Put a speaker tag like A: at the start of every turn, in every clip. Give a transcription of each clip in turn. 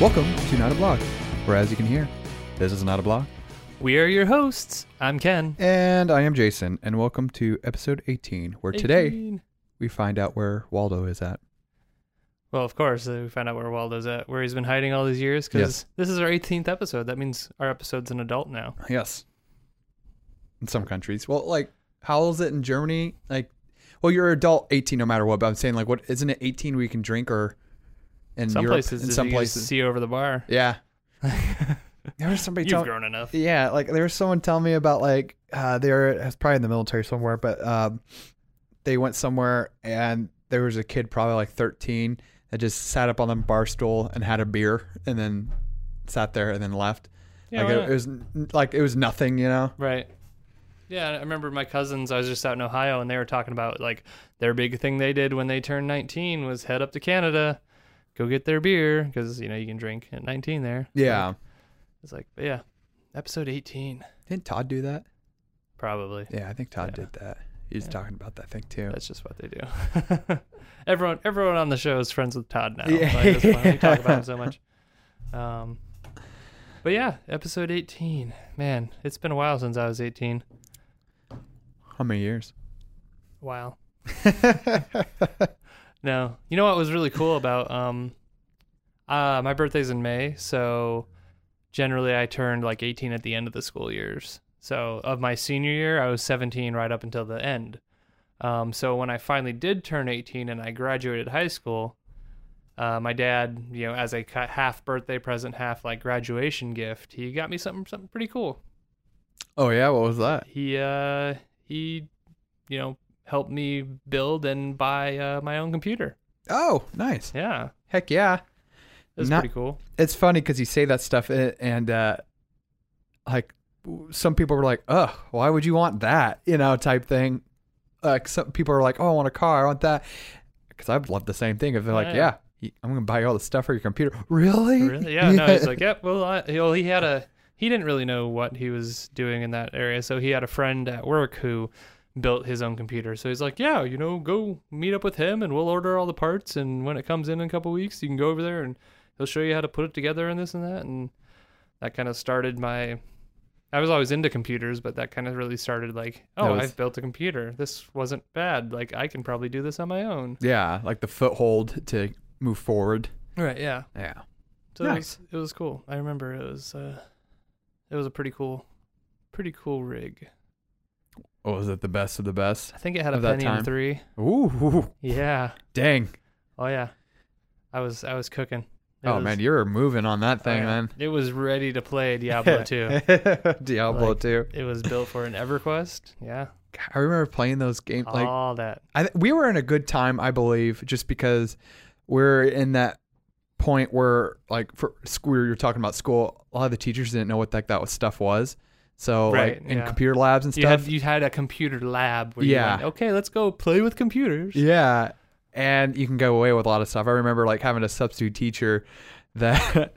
A: Welcome to Not a Blog, where as you can hear, this is not a blog.
B: We are your hosts. I'm Ken.
A: And I am Jason, and welcome to episode 18, where today
B: 18.
A: we find out where Waldo is at.
B: Well, of course, uh, we find out where Waldo's at, where he's been hiding all these years, because
A: Yes.
B: this is our 18th episode. That means our episode's an adult now.
A: Yes. In some countries. Well, like, how is it in Germany? Like, well, you're adult 18 no matter what, but I'm saying, like, what isn't it 18 where you can drink or in
B: Some
A: Europe?
B: places,
A: in
B: if
A: some
B: you
A: places.
B: see over the bar.
A: yeah. there was somebody
B: You've
A: telling-
B: grown enough.
A: Yeah, like there was someone telling me about like uh, they were it was probably in the military somewhere, but um, they went somewhere and there was a kid probably like thirteen that just sat up on the bar stool and had a beer and then sat there and then left.
B: Yeah,
A: like
B: why
A: it,
B: not?
A: it was n- like it was nothing, you know.
B: Right. Yeah, I remember my cousins. I was just out in Ohio, and they were talking about like their big thing they did when they turned 19 was head up to Canada, go get their beer because you know you can drink at 19 there.
A: Yeah.
B: It's like, but yeah, episode 18
A: Didn't Todd do that?
B: probably.
A: Yeah, I think Todd
B: Yeah.
A: did that. He was
B: Yeah.
A: talking about that thing too.
B: That's just what they do. everyone, everyone on the show is friends with Todd now.
A: Yeah.
B: Like, that's why we talk about him so much. Um, but yeah, episode 18. Man, it's been a while since I was 18.
A: How many years?
B: Wow. No, you know what was really cool about um, uh, my birthday's in May, so generally I turned like 18 at the end of the school years. So of my senior year, I was 17 right up until the end. Um, so when I finally did turn 18 and I graduated high school, uh, my dad, you know, as a ki- half birthday present, half like graduation gift, he got me something something pretty cool.
A: oh yeah, what was that?
B: He uh, he, you know, helped me build and buy uh, my own computer.
A: Oh, nice.
B: Yeah.
A: Heck yeah.
B: It was
A: Not-
B: pretty cool.
A: it's funny because you say that stuff a- and uh like w- some people were like ugh why would you want that you know type thing like some people are like oh i want a car i want that because i'd love the same thing if they're like
B: Yeah.
A: yeah, y- i'm gonna buy you all the stuff for your computer really
B: Really? Yeah, no, he's like, yep. Well, I, well, he had a he didn't really know what he was doing in that area, so he had a friend at work who built his own computer. So he's like, yeah, you know, go meet up with him, and we'll order all the parts, and when it comes in in a couple weeks, you can go over there, and he'll show you how to put it together and this and that, and that kind of started my. I was always into computers, but that kind of really started like,
A: That
B: oh,
A: was-
B: I've built a computer. This wasn't bad. Like I can probably do this on my own.
A: yeah like the foothold to move forward
B: Right. Yeah.
A: yeah
B: So it,
A: Nice.
B: was, it was cool. I remember it was uh, it was a pretty cool, pretty cool rig.
A: oh is it the best of the best
B: I think it had a
A: Of that
B: Pentium
A: time.
B: three.
A: ooh
B: Yeah.
A: dang
B: Oh yeah. I was I was cooking. It
A: oh
B: was-
A: man you were moving on that
B: oh,
A: thing
B: yeah.
A: man
B: It was ready to play Diablo two.
A: diablo
B: Like-
A: 2
B: it was built for an EverQuest. Yeah.
A: i remember playing those games like
B: all that.
A: I th- we were in a good time, I believe, just because we're in that point where, like, for school, you're talking about school. A lot of the teachers didn't know what that that was, stuff was. So,
B: Right,
A: like, in
B: yeah.
A: computer labs and
B: You had
A: stuff.
B: you had a computer lab where
A: Yeah.
B: you went, okay, let's go play with computers.
A: yeah, and you can go away with a lot of stuff. I remember like having a substitute teacher that,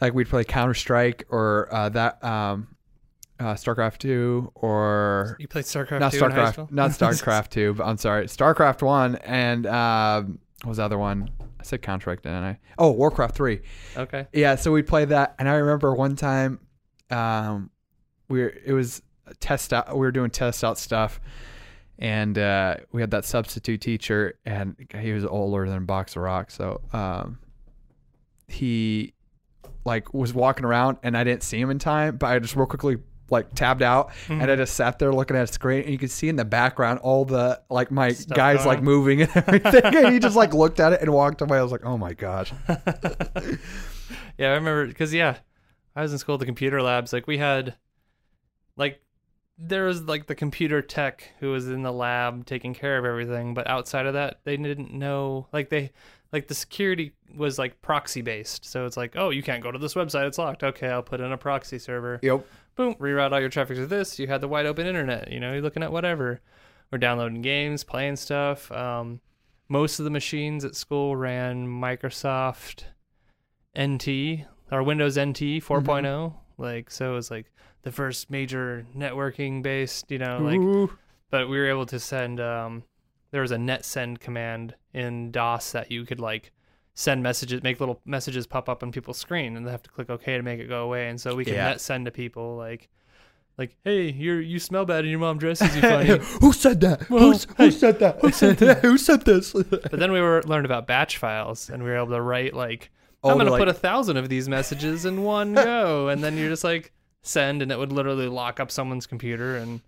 A: like, we'd play Counter Strike or uh, that um, uh, StarCraft Two or
B: You played StarCraft
A: not
B: 2 in high school?
A: StarCraft, not StarCraft two, but I'm sorry, StarCraft one and um, what was the other one? I said Contract, didn't I? Oh, Warcraft three.
B: okay.
A: Yeah, so we played that, and I remember one time, um, we were, it was a test out. We were doing test out stuff, and uh, we had that substitute teacher, and he was older than Box of Rock, so um, he like was walking around, and I didn't see him in time, but I just real quickly like tabbed out and I
B: Hmm.
A: just sat there looking at a screen and you could see in the background all the like my
B: Stuff
A: guys
B: going
A: like
B: on.
A: moving and everything and he just like looked at it and walked away I was like oh my gosh
B: Yeah, I remember because yeah, I was in school at the computer labs. Like we had, like, there was like the computer tech who was in the lab taking care of everything. But outside of that, they didn't know. Like they, like the security was like proxy based. So it's like, oh, you can't go to this website. It's locked. Okay, I'll put in a proxy server.
A: yep
B: Boom, reroute all your traffic to this. You had the wide open internet. You know, you're looking at whatever. We're downloading games, playing stuff. Um, most of the machines at school ran Microsoft NT or Windows NT 4 oh. Like, so it was like the first major networking based, you know, like,
A: Ooh.
B: but we were able to send, um, there was a net send command in DOS that you could like send messages, make little messages pop up on people's screen, and they have to click OK to make it go away. And so we can
A: Yeah.
B: net send to people like, like, hey, you you smell bad, and your mom dresses you funny.
A: who said that?
B: Well,
A: Who's, who said that? Who said that? who said this?
B: but then we were learned about batch files, and we were able to write like,
A: Oh,
B: I'm gonna
A: they're
B: put a
A: like-
B: thousand of these messages in one go, and then you're just like send, and it would literally lock up someone's computer and.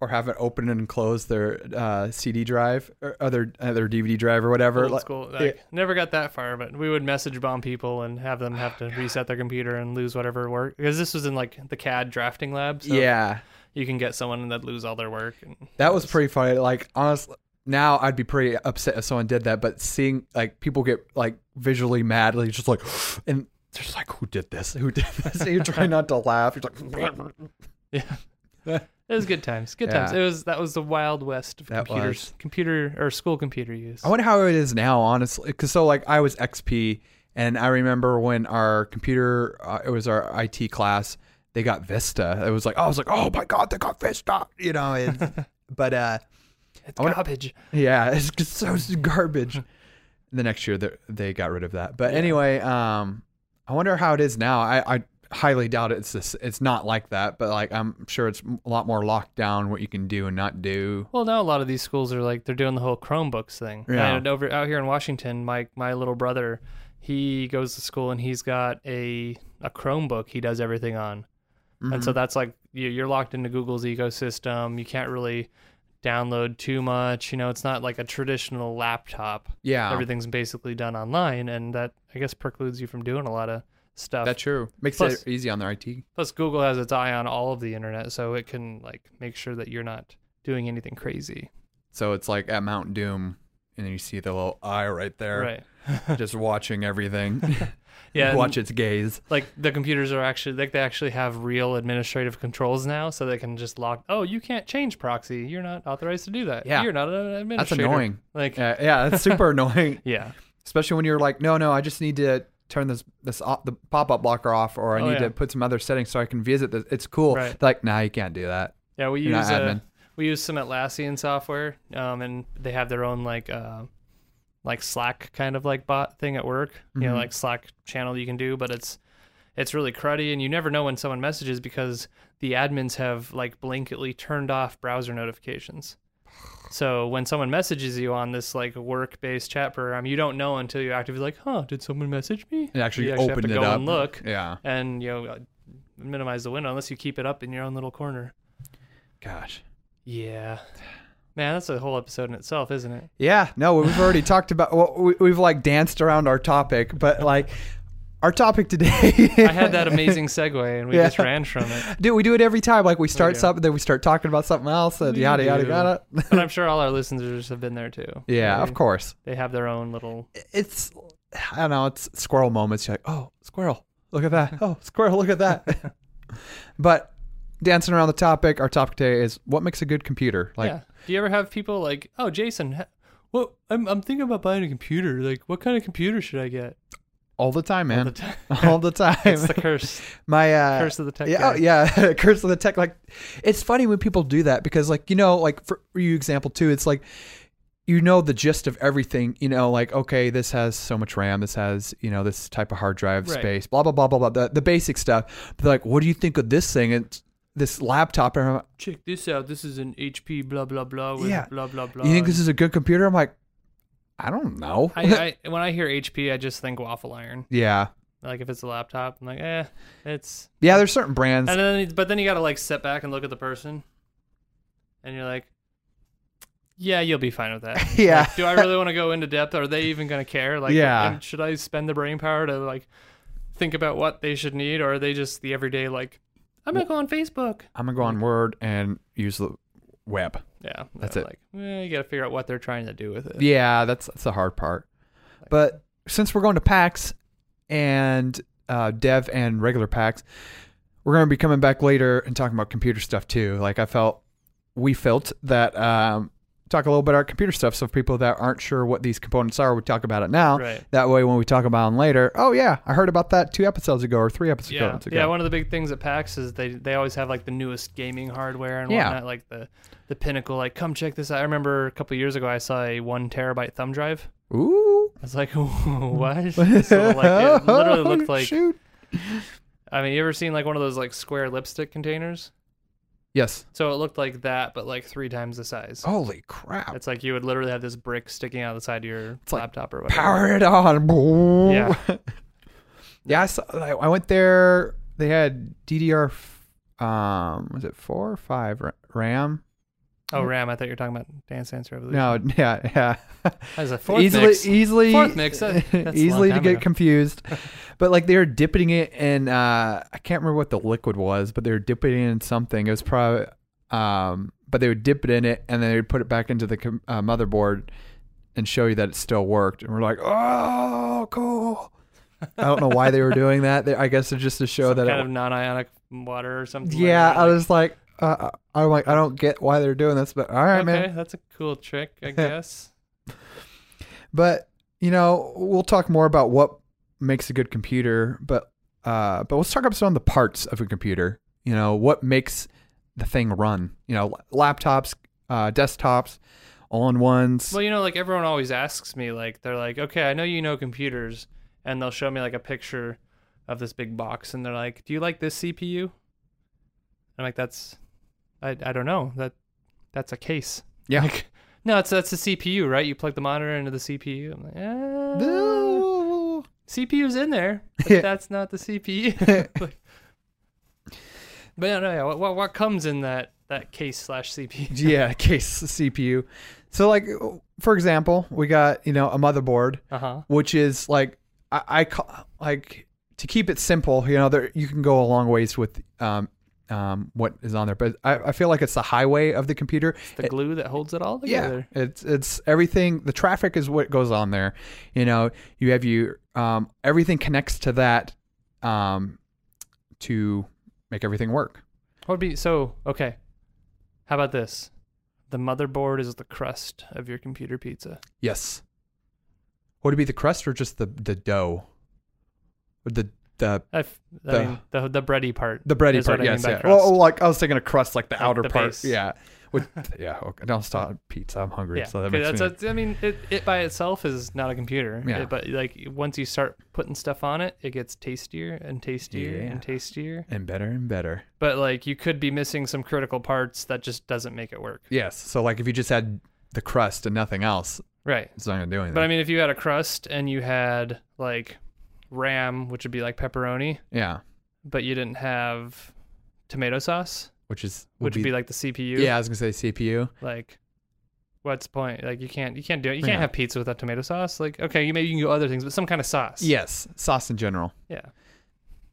A: or have it open and close their uh, CD drive or other other DVD drive or whatever.
B: old
A: Like-
B: school.
A: yeah.
B: Like, Never got that far, but we would message bomb people and have them have to
A: Oh,
B: reset their computer and lose whatever work. Because this was in like the CAD drafting lab, so
A: yeah,
B: you can get someone and they'd lose all their work. And
A: that was pretty funny. Like honestly, now I'd be pretty upset if someone did that. But seeing like people get like visually mad, like just like, and they're just like, who did this? Who did this? And you try not to laugh. You're just like,
B: it was good times. Good times.
A: Yeah.
B: It was that was the wild west of
A: That
B: computers,
A: was.
B: computer or school computer use.
A: I wonder how it is now, honestly. Because so like I was XP, and I remember when our computer, uh, it was our IT class, they got Vista. It was like I was like, oh my god, they got Vista, you know. And, but uh,
B: it's
A: I wonder-
B: garbage.
A: yeah, it's just so garbage. the next year they they got rid of that. But anyway, um, I wonder how it is now. I, I highly doubt it's this. It's not like that. But like I'm sure it's a lot more locked down what you can do and not do.
B: Well, now a lot of these schools are like they're doing the whole Chromebooks thing.
A: Yeah.
B: And over out here in Washington, my my little brother, he goes to school and he's got a a Chromebook. He does everything on, and
A: Mm-hmm.
B: so that's like you, you're locked into Google's ecosystem. You can't really download too much. You know, it's not like a traditional laptop.
A: Yeah,
B: Everything's basically done online, and that I guess precludes you from doing a lot of stuff.
A: that's true. Makes
B: Plus-
A: it easy on their IT.
B: Plus, Google has its eye on all of the internet, so it can like make sure that you're not doing anything crazy.
A: So it's like at Mount Doom, and then you see the little eye right there,
B: Right.
A: just watching everything,
B: Yeah. and-
A: watch its gaze.
B: like the computers are actually like they actually have real administrative controls now, so they can just lock. Oh, you can't change proxy. You're not authorized to do that.
A: Yeah.
B: you're not an
A: That's
B: administrator.
A: annoying.
B: Like, yeah,
A: Yeah, yeah, that's super annoying, especially when you're like, no, no, I just need to turn this this off, the pop up blocker off, or I
B: Oh,
A: need
B: yeah.
A: to put some other settings so I can visit this. It's cool.
B: Right.
A: They're like, nah, you can't do that.
B: yeah. We
A: You're not
B: use uh,
A: admin.
B: we use some Atlassian software, um, and they have their own like uh, like Slack kind of like bot thing at work. You know,
A: Mhm.
B: like Slack channel you can do, but it's it's really cruddy, and you never know when someone messages because the admins have like blanketly turned off browser notifications. So when someone messages you on this like work-based chat program, you don't know until you actively like, huh, did someone message me?
A: It actually,
B: you actually have
A: opened
B: to
A: it
B: go
A: up.
B: and look
A: Yeah.
B: and you know uh, minimize the window unless you keep it up in your own little corner.
A: Gosh.
B: Yeah, man, that's a whole episode in itself, isn't it?
A: Yeah, no, we've already talked about. Well, we, we've like danced around our topic, but like our topic today.
B: I had that amazing segue, and we
A: Yeah.
B: just ran from it.
A: Dude, we do it every time. Like we start
B: do.
A: something, then we start talking about something else, and
B: We
A: yada yada
B: do.
A: yada.
B: But I'm sure all our listeners have been there too.
A: yeah,
B: They-
A: of course.
B: They have their own little.
A: It's I don't know. It's squirrel moments. You're like, oh, squirrel, look at that. Oh, squirrel, look at that. but dancing around the topic, our topic today is what makes a good computer. Like,
B: yeah. Do you ever have people like, oh, Jason, ha- well, I'm I'm thinking about buying a computer. Like, what kind of computer should I get?
A: all the time, man.
B: The t-
A: All the time.
B: it's the curse,
A: My uh,
B: curse of the tech.
A: yeah, oh,
B: guy.
A: yeah, curse of the tech. Like, it's funny when people do that because, like, you know, like for you example too, it's like you know the gist of everything. You know, like okay, this has so much RAM, this has you know this type of hard drive
B: Right.
A: space, blah blah blah blah blah. The, the basic stuff. They're like, what do you think of this thing? It's this laptop. And I'm like,
B: Check this out. This is an HP blah blah blah with
A: Yeah.
B: blah blah blah.
A: you think this is a good computer? I'm like, I don't know.
B: I, uh, I when I hear HP, I just think waffle iron.
A: yeah,
B: Like if it's a laptop, I'm like, eh, it's.
A: yeah. There's certain brands.
B: And then, but then you gotta like step back and look at the person, and you're like, yeah, you'll be fine with that.
A: Yeah.
B: Like, do I really want to go into depth? Are they even gonna care? Like,
A: Yeah.
B: am- Should I spend the brain power to like think about what they should need, or are they just the everyday like, I'm gonna go on Facebook?
A: I'm gonna go on Word and use the web.
B: Yeah.
A: That's
B: they're
A: it.
B: Like, eh, you gotta figure out what they're trying to do with it.
A: Yeah, that's that's the hard part. But since we're going to PAX and uh, Dev and regular PAX, we're going to be coming back later and talking about computer stuff too. Like I felt, we felt that um, talk a little bit about computer stuff. So for people that aren't sure what these components are, we talk about it now.
B: Right.
A: That way, when we talk about them later, oh yeah, I heard about that two episodes ago or three episodes
B: Yeah,
A: ago.
B: yeah. One of the big things at PAX is they they always have like the newest gaming hardware and
A: Yeah.
B: whatnot, like the the pinnacle. Like, come check this out. I remember a couple years ago, I saw a one terabyte thumb drive,
A: Ooh,
B: was like, what? So, like, it literally looked like.
A: Shoot.
B: I mean, you ever seen like one of those like square lipstick containers?
A: Yes.
B: So it looked like that, but like three times the size.
A: Holy crap.
B: It's like you would literally have this brick sticking out of the side of your
A: It's like
B: laptop or whatever.
A: Power it on.
B: Yeah.
A: yeah. I, saw, like, I went there. They had DDR, f- um, was it four or five ra- RAM?
B: Oh, RAM. I thought you were talking about Dance Dance Revolution.
A: No, yeah, yeah.
B: that was a fourth
A: easily,
B: mix.
A: easily,
B: Fourth mix, that- that's a long
A: easily to
B: time
A: get
B: ago.
A: confused. But like they were dipping it in, uh, I can't remember what the liquid was, but they were dipping it in something. It was probably, um, but they would dip it in it and then they would put it back into the com- uh, motherboard and show you that it still worked. And we're like, oh, cool. I don't know why they were doing that. They, I guess it's just to show that.
B: kind
A: it,
B: of non-ionic water or something. like
A: yeah,
B: that.
A: I was like, uh, I'm like, I don't get why they're doing this, but all right,
B: okay,
A: man.
B: that's a cool trick, I guess.
A: But you know, we'll talk more about what makes a good computer. But uh, but let's talk about some of the parts of a computer. You know, what makes the thing run? You know, laptops, uh, desktops, all in ones.
B: Well, you know, like everyone always asks me, like they're like, "Okay, I know you know computers," and they'll show me like a picture of this big box, and they're like, "Do you like this CPU?" I'm like, "That's, I, I don't know that, that's a case."
A: yeah.
B: No, it's that's a CPU, right? You plug the monitor into the CPU. I'm like, eh,
A: yeah.
B: CPU's in there, but that's not the CPU. but but yeah, no, yeah, what, what what comes in that that case slash CPU?
A: Case CPU. So like, for example, we got you know a motherboard.
B: Uh huh.
A: which is like I, I ca- like to keep it simple. You know, there you can go a long ways with um, um, what is on there, but I, I feel like it's the highway of the computer.
B: The glue that holds it all together.
A: Yeah, it's it's everything. The traffic is what goes on there. You know, you have you um, everything connects to that um, to make everything work.
B: What would be so okay? How about this? The motherboard is the crust of your computer pizza.
A: Yes. Would it be the crust or just the the dough? Or the the
B: I, f- I
A: The-
B: mean, the the bready part.
A: The bready
B: is
A: part,
B: what I mean
A: yes,
B: by
A: yeah.
B: crust.
A: Well, like I was thinking of crust, like the outer
B: the
A: part,
B: base.
A: yeah. With yeah, okay. Don't stop pizza. I'm hungry,
B: yeah.
A: so that
B: okay,
A: makes
B: that's,
A: me.
B: that's- I mean, it, it by itself is not a computer.
A: Yeah.
B: It- but like once you start putting stuff on it, it gets tastier and tastier
A: Yeah.
B: and tastier.
A: and better and better.
B: But like you could be missing some critical parts that just doesn't make it work.
A: Yes. So like, if you just had the crust and nothing else,
B: Right.
A: it's not gonna do anything.
B: But I mean, if you had a crust and you had like ram, which would be like pepperoni,
A: yeah,
B: but you didn't have tomato sauce.
A: which is
B: which would be like the CPU.
A: yeah. I was gonna say CPU.
B: Like, what's the point? Like, you can't you can't do it. You
A: Yeah.
B: can't have pizza without tomato sauce. Like, okay, you maybe you can go other things, but some kind of sauce.
A: Yes, sauce in general.
B: Yeah.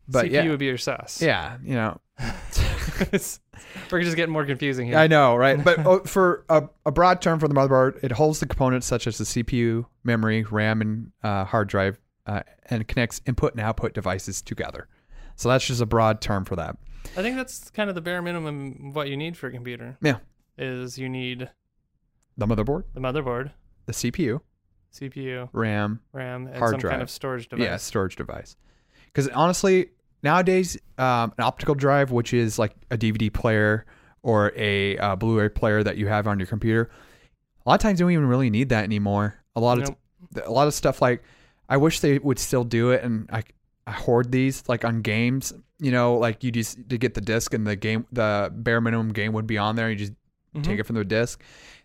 A: But
B: CPU
A: yeah,
B: would be your sauce.
A: yeah. You know,
B: We're just getting more confusing here.
A: I know, right? But oh, for a, a broad term for the motherboard, it holds the components such as the CPU, memory, RAM, and uh, hard drive, uh, and connects input and output devices together. So that's just a broad term for that.
B: I think that's kind of the bare minimum of what you need for a computer.
A: Yeah.
B: Is you need
A: The motherboard,
B: the motherboard,
A: the CPU,
B: CPU,
A: RAM,
B: RAM, and
A: Hard
B: some
A: drive.
B: kind of storage device.
A: yeah, storage device. Because honestly, nowadays, um, an optical drive, which is like a DVD player or a uh, Blu-ray player that you have on your computer, a lot of times you don't even really need that anymore. A lot of
B: Nope.
A: th- a lot of stuff like I wish they would still do it, and I I hoard these like on games. You know, like you just to get the disc and the game, the bare minimum game would be on there. You just
B: Mhm.
A: take it from the disc.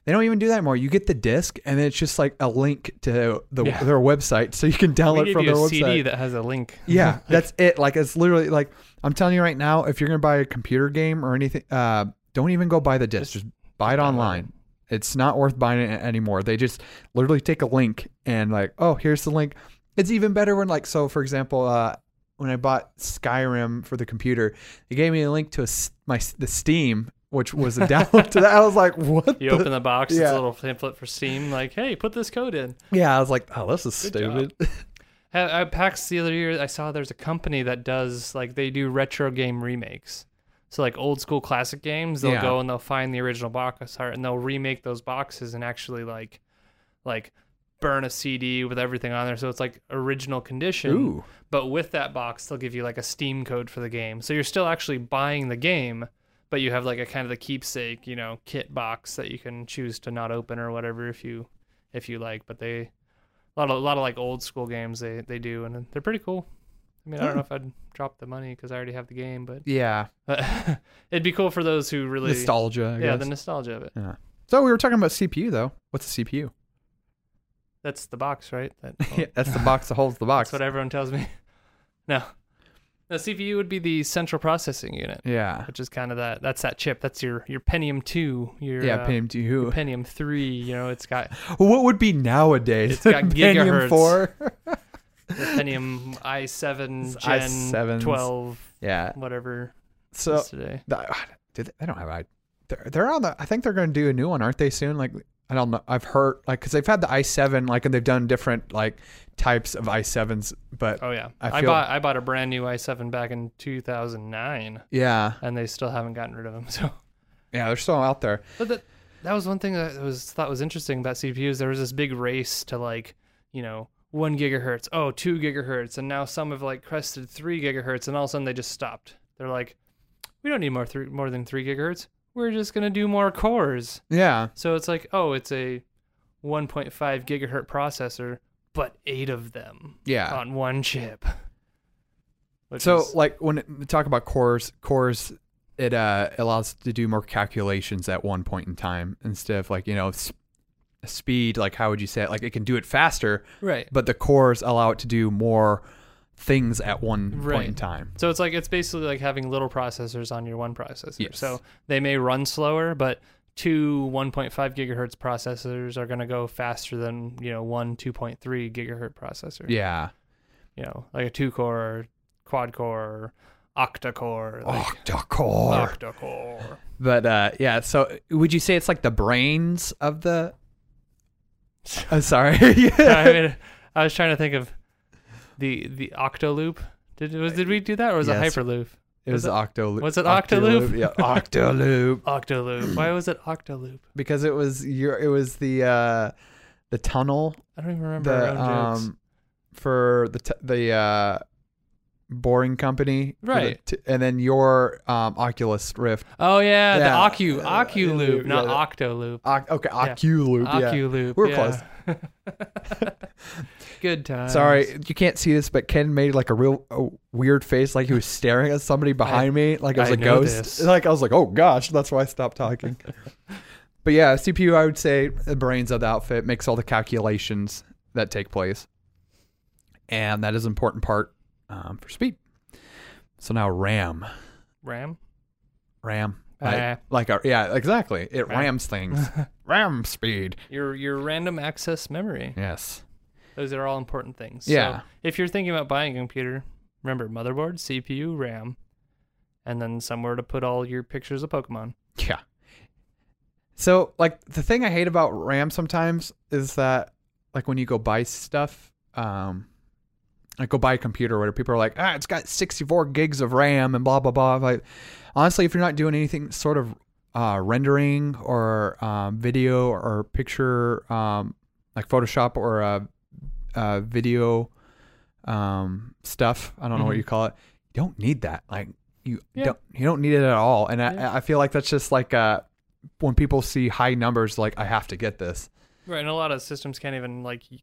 A: They don't even do that anymore. You get the disc, and it's just like a link to the,
B: Yeah.
A: their website, so you can
B: They
A: download
B: give
A: from
B: you
A: their
B: a
A: website.
B: CD that has a link.
A: Yeah, that's it. Like it's literally like I'm telling you right now, if you're gonna buy a computer game or anything, uh, don't even go buy the disc. Just, buy it
B: download
A: online. It's not worth buying it anymore. They just literally take a link and like, oh, here's the link. It's even better when like so. For example, uh, when I bought Skyrim for the computer, they gave me a link to a s my the Steam, which was a download to that. I was like, what?
B: You
A: the-
B: open the box,
A: Yeah.
B: it's a little template for Steam. Like, hey, put this code in.
A: Yeah, I was like, oh, this is
B: Good job.
A: stupid.
B: At, at PAX the other year, I saw there's a company that does like they do retro game remakes. So like old school classic games, they'll
A: Yeah.
B: go and they'll find the original box art and they'll remake those boxes and actually like like burn a CD with everything on there. So it's like original condition.
A: Ooh,
B: But with that box, they'll give you like a Steam code for the game. So you're still actually buying the game, but you have like a kind of the keepsake, you know, kit box that you can choose to not open or whatever if you if you like. But they a lot of a lot of like old school games they they do, and they're pretty cool. I mean, I don't know if
A: Hmm.
B: I'd drop the money because I already have the game, but
A: Yeah.
B: it'd be cool for those who really
A: Nostalgia. I
B: yeah
A: guess.
B: the nostalgia of it.
A: so we were talking about CPU though. What's a CPU?
B: That's the box, right? That,
A: Yeah, that's the box that holds the box.
B: Oh. That's what everyone tells me. No, no CPU would be the central processing unit,
A: yeah.
B: which is kind of that. That's that chip. That's your your Pentium two. Your
A: Yeah,
B: uh,
A: Pentium 2.
B: Pentium three. You know, it's got
A: What would be nowadays?
B: It's got
A: Pentium
B: gigahertz.
A: 4?
B: the Pentium i seven
A: It's
B: Gen
A: i7s.
B: twelve
A: yeah.
B: whatever
A: So
B: is today.
A: The, did they, they don't have i. They're, they're on the. I think they're going to do a new one, aren't they? Soon, like I don't know. I've heard like because they've had the i7, like, and they've done different like types of i7s, but
B: Oh yeah,
A: I
B: I,
A: feel-
B: bought I bought a brand new i7 back in 2009,
A: yeah,
B: and they still haven't gotten rid of them. So,
A: yeah, they're still out there.
B: but that that was one thing that I was thought was interesting about CPUs. There was this big race to like, you know, one gigahertz, oh, two gigahertz, and now some have like crested three gigahertz, and all of a sudden they just stopped. They're like, we don't need more three more than three gigahertz. We're just gonna do more cores.
A: Yeah,
B: So it's like, oh, it's a 1.5 gigahertz processor, but eight of them
A: yeah.
B: on one chip. Which
A: so
B: is-
A: like when it- we talk about cores, cores, it uh allows to do more calculations at one point in time instead of like you know s- speed. Like how would you say it? Like it can do it faster,
B: right.
A: but the cores allow it to do more things at one point in
B: Right.
A: time.
B: So it's like it's basically like having little processors on your one processor.
A: Yes.
B: So they may run slower, but two 1.5 gigahertz processors are going to go faster than you know one 2.3 gigahertz processor.
A: Yeah.
B: You know, like a two core, quad core, octa core, like
A: Octa-core.
B: octa core.
A: uh, But uh, yeah, so would you say it's like the brains of the? I'm sorry.
B: I mean, I was trying to think of the the octoloop. Did was did we do that or was
A: Yes.
B: it hyperloop?
A: it was the Octoloop.
B: was it Octoloop?
A: Yeah, Octoloop.
B: Octoloop. Why was it octoloop?
A: because it was your. It was the uh, the tunnel.
B: I don't even remember our
A: The
B: own jokes.
A: um, for the t- the uh, boring company. for the
B: Right.
A: t- and then your um Oculus Rift.
B: Oh yeah,
A: Yeah,
B: the Ocu
A: uh,
B: Ocu loop,
A: yeah,
B: not
A: yeah.
B: Octo loop.
A: Oc- okay,
B: Yeah.
A: Oculoop. Yeah.
B: Ocu loop.
A: We're
B: close. Good time.
A: Sorry, you can't see this, but Ken made like a real a weird face, like he was staring at somebody behind me, like it was
B: I
A: a
B: know
A: ghost.
B: this.
A: Like I was like, oh gosh, that's why I stopped talking. but yeah, CPU, I would say the brains of the outfit makes all the calculations that take place, and that is an important part um, for speed. So now RAM,
B: Ram.
A: RAM, like,
B: Uh,
A: like our, yeah, exactly, it
B: Ram.
A: rams things. RAM speed,
B: your your random access memory.
A: yes,
B: Those are all important things.
A: Yeah.
B: So if you're thinking about buying a computer, remember motherboard, CPU, RAM, and then somewhere to put all your pictures of Pokemon.
A: Yeah. So like the thing I hate about RAM sometimes is that like when you go buy stuff, um like go buy a computer or whatever, people are like, ah, it's got sixty four gigs of RAM and blah blah blah. Like honestly, if you're not doing anything sort of uh, rendering or um, video or picture um, like Photoshop or uh, uh, video um, stuff, I don't know what
B: Mhm.
A: you call it. You don't need that. Like you
B: Yeah.
A: don't you don't need it at all. And
B: Yeah.
A: I, I feel like that's just like uh, when people see high numbers, like I have to get this.
B: Right, and a lot of systems can't even like y-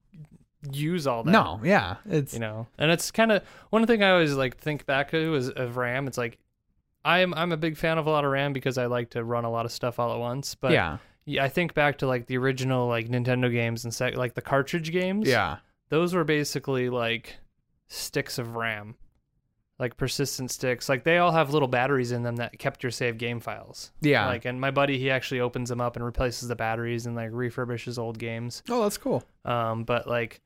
B: use all that.
A: No, yeah, it's
B: you know and it's kind of one thing i always like think back to is of ram it's like i'm i'm a big fan of a lot of ram because i like to run a lot of stuff all at once but
A: yeah,
B: yeah, i think back to like the original like nintendo games and sec- like the cartridge games
A: yeah,
B: those were basically like sticks of ram like persistent sticks like they all have little batteries in them that kept your save game files
A: yeah.
B: like and my buddy he actually opens them up and replaces the batteries and like refurbishes old games
A: oh, that's cool.
B: um, but like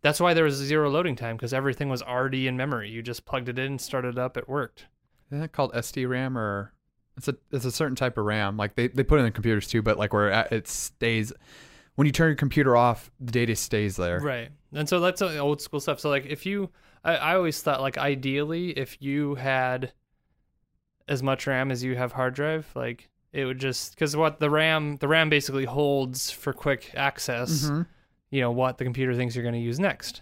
B: that's why there was zero loading time because everything was already in memory. You just plugged it in, started it up, it worked.
A: Isn't that called SD RAM or it's a it's a certain type of RAM. Like they, they put it in computers too, but like where it stays when you turn your computer off, the data stays there.
B: Right. And so that's uh, old school stuff. So like if you, I, I always thought like ideally if you had as much RAM as you have hard drive, like it would just because what the RAM the RAM basically holds for quick access.
A: Mhm.
B: you know what the computer thinks you're going to use next.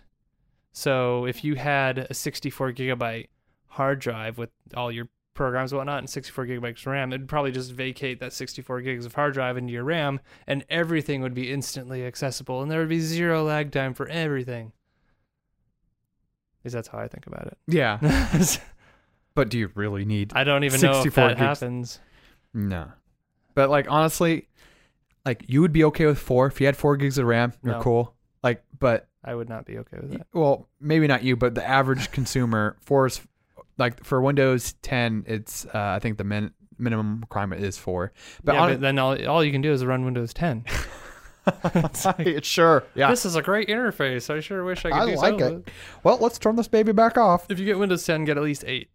B: So if you had a 64 gigabyte hard drive with all your programs and whatnot and 64 gigabytes RAM, it'd probably just vacate that 64 gigs of hard drive into your RAM, and everything would be instantly accessible, and there would be zero lag time for everything. Because that's how I think about
A: Yeah.
B: it.
A: But do you really need?
B: I don't even know if
A: 64
B: that
A: gigs.
B: happens.
A: No. But like honestly, like you would be okay with four if you had four gigs of RAM. You're
B: No.
A: cool. Like, but
B: I would not be okay with that.
A: well, maybe not you, but the average consumer four is like for Windows 10, it's uh, I think the min- minimum requirement is four. But,
B: yeah,
A: on,
B: but then all, all you can do is run Windows 10. It's like,
A: sure, yeah,
B: This is a great interface. I sure wish I could
A: I
B: do
A: like
B: something
A: it.
B: with it.
A: Well, let's turn this baby back off.
B: If you get Windows 10, get at least eight.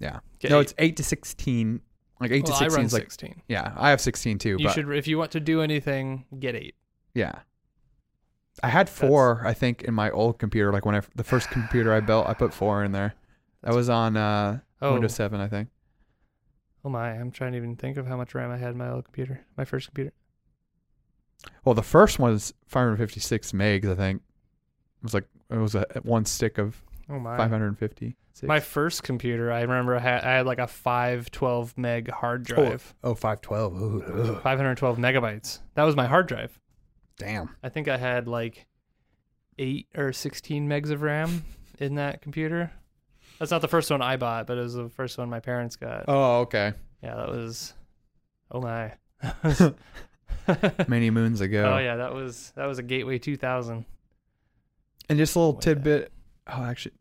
A: Yeah.
B: Get
A: no,
B: eight.
A: it's eight to sixteen. Like eight
B: Well,
A: to
B: I
A: sixteen
B: run
A: is like
B: 16.
A: yeah, I have sixteen too.
B: You
A: but
B: should, if you want to do anything, get eight.
A: Yeah. I had four, I think, in my old computer. Like when I the first computer I built, I put four in there. That was on uh,
B: Oh,
A: Windows Seven, I think.
B: oh my! I'm trying to even think of how much RAM I had in my old computer, my first computer.
A: Well, the first one was 556 megs, I think. It was like it was a one stick of
B: Oh my!
A: 550.
B: My first computer, I remember I had, I had like a 512 meg hard drive,
A: Oh, 512. Ooh, ugh.
B: 512 megabytes. That was my hard drive.
A: Damn.
B: I think I had like eight or 16 megs of RAM in that computer. That's not the first one I bought, but it was the first one my parents got.
A: Oh, okay.
B: Yeah, that was. Oh my!
A: Many moons ago.
B: Oh yeah, that was that was a Gateway 2000.
A: And just a little
B: Way back.
A: tidbit. Oh, actually,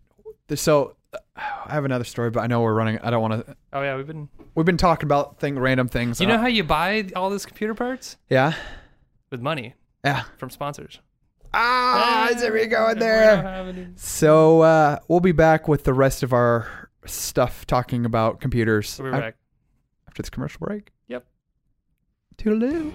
A: so uh, I have another story, but I know we're running. I don't want to.
B: Oh yeah, we've been.
A: We've been talking about thing, random things.
B: you know
A: Uh,
B: how you buy all these computer parts
A: yeah.
B: with money
A: Yeah.
B: from sponsors.
A: Ah, is it we going
B: And
A: there?
B: don't have any-
A: So uh, we'll be back with the rest of our stuff talking about computers
B: We'll be
A: af-
B: back.
A: after this commercial break.
B: Yep.
A: Toodaloo.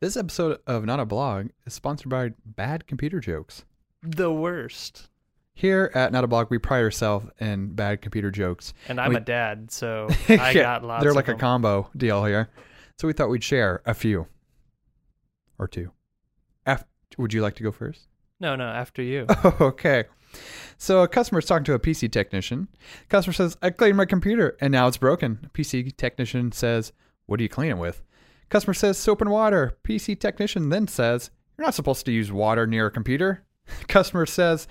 A: This episode of Not a Blog is sponsored by Bad Computer Jokes.
B: The worst.
A: Here at Not a Blog, we pride ourselves in bad computer jokes.
B: And I'm
A: We-
B: a dad, so I
A: Yeah,
B: got lots.
A: They're
B: of
A: like a
B: them.
A: combo deal here. So we thought we'd share a few or two. F, would you like to go first?
B: no, no. After you.
A: okay. So a customer's talking to a PC technician. Customer says, I cleaned my computer and now it's broken. PC technician says, What do you clean it with? Customer says, Soap and water. PC technician then says, You're not supposed to use water near a computer. Customer says,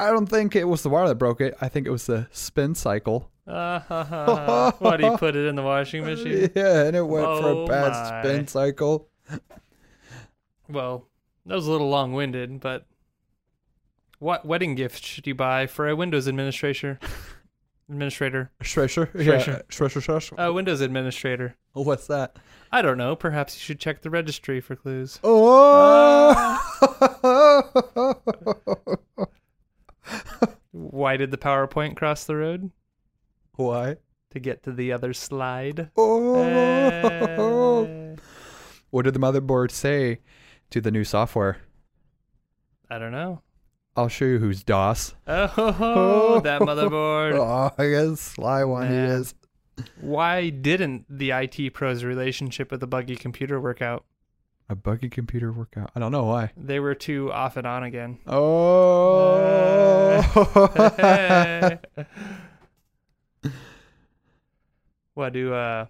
A: I don't think it was the water that broke it. I think it was the spin cycle.
B: Uh, what do you put it in the washing machine?
A: Yeah, and it went for a
B: Oh
A: bad
B: my.
A: spin cycle.
B: Well, that was a little long-winded, but what wedding gift should you buy for a Windows administrator? Administrator.
A: Shresher.
B: Shresher.
A: Shresher, shresher.
B: Uh, Windows administrator.
A: Oh, What's that?
B: I don't know. Perhaps you should check the registry for clues.
A: Oh!
B: Why did the PowerPoint cross the road?
A: Why?
B: To get to the other slide.
A: Oh!
B: Eh,
A: What did the motherboard say to the new software?
B: I don't know.
A: I'll show you who's DOS.
B: Oh, that motherboard.
A: Oh, I guess sly one he
B: Yeah.
A: is.
B: Why didn't the IT pro's relationship with the buggy computer work out?
A: A buggy computer workout. I don't know why.
B: They were too off and on again.
A: Oh!
B: what do uh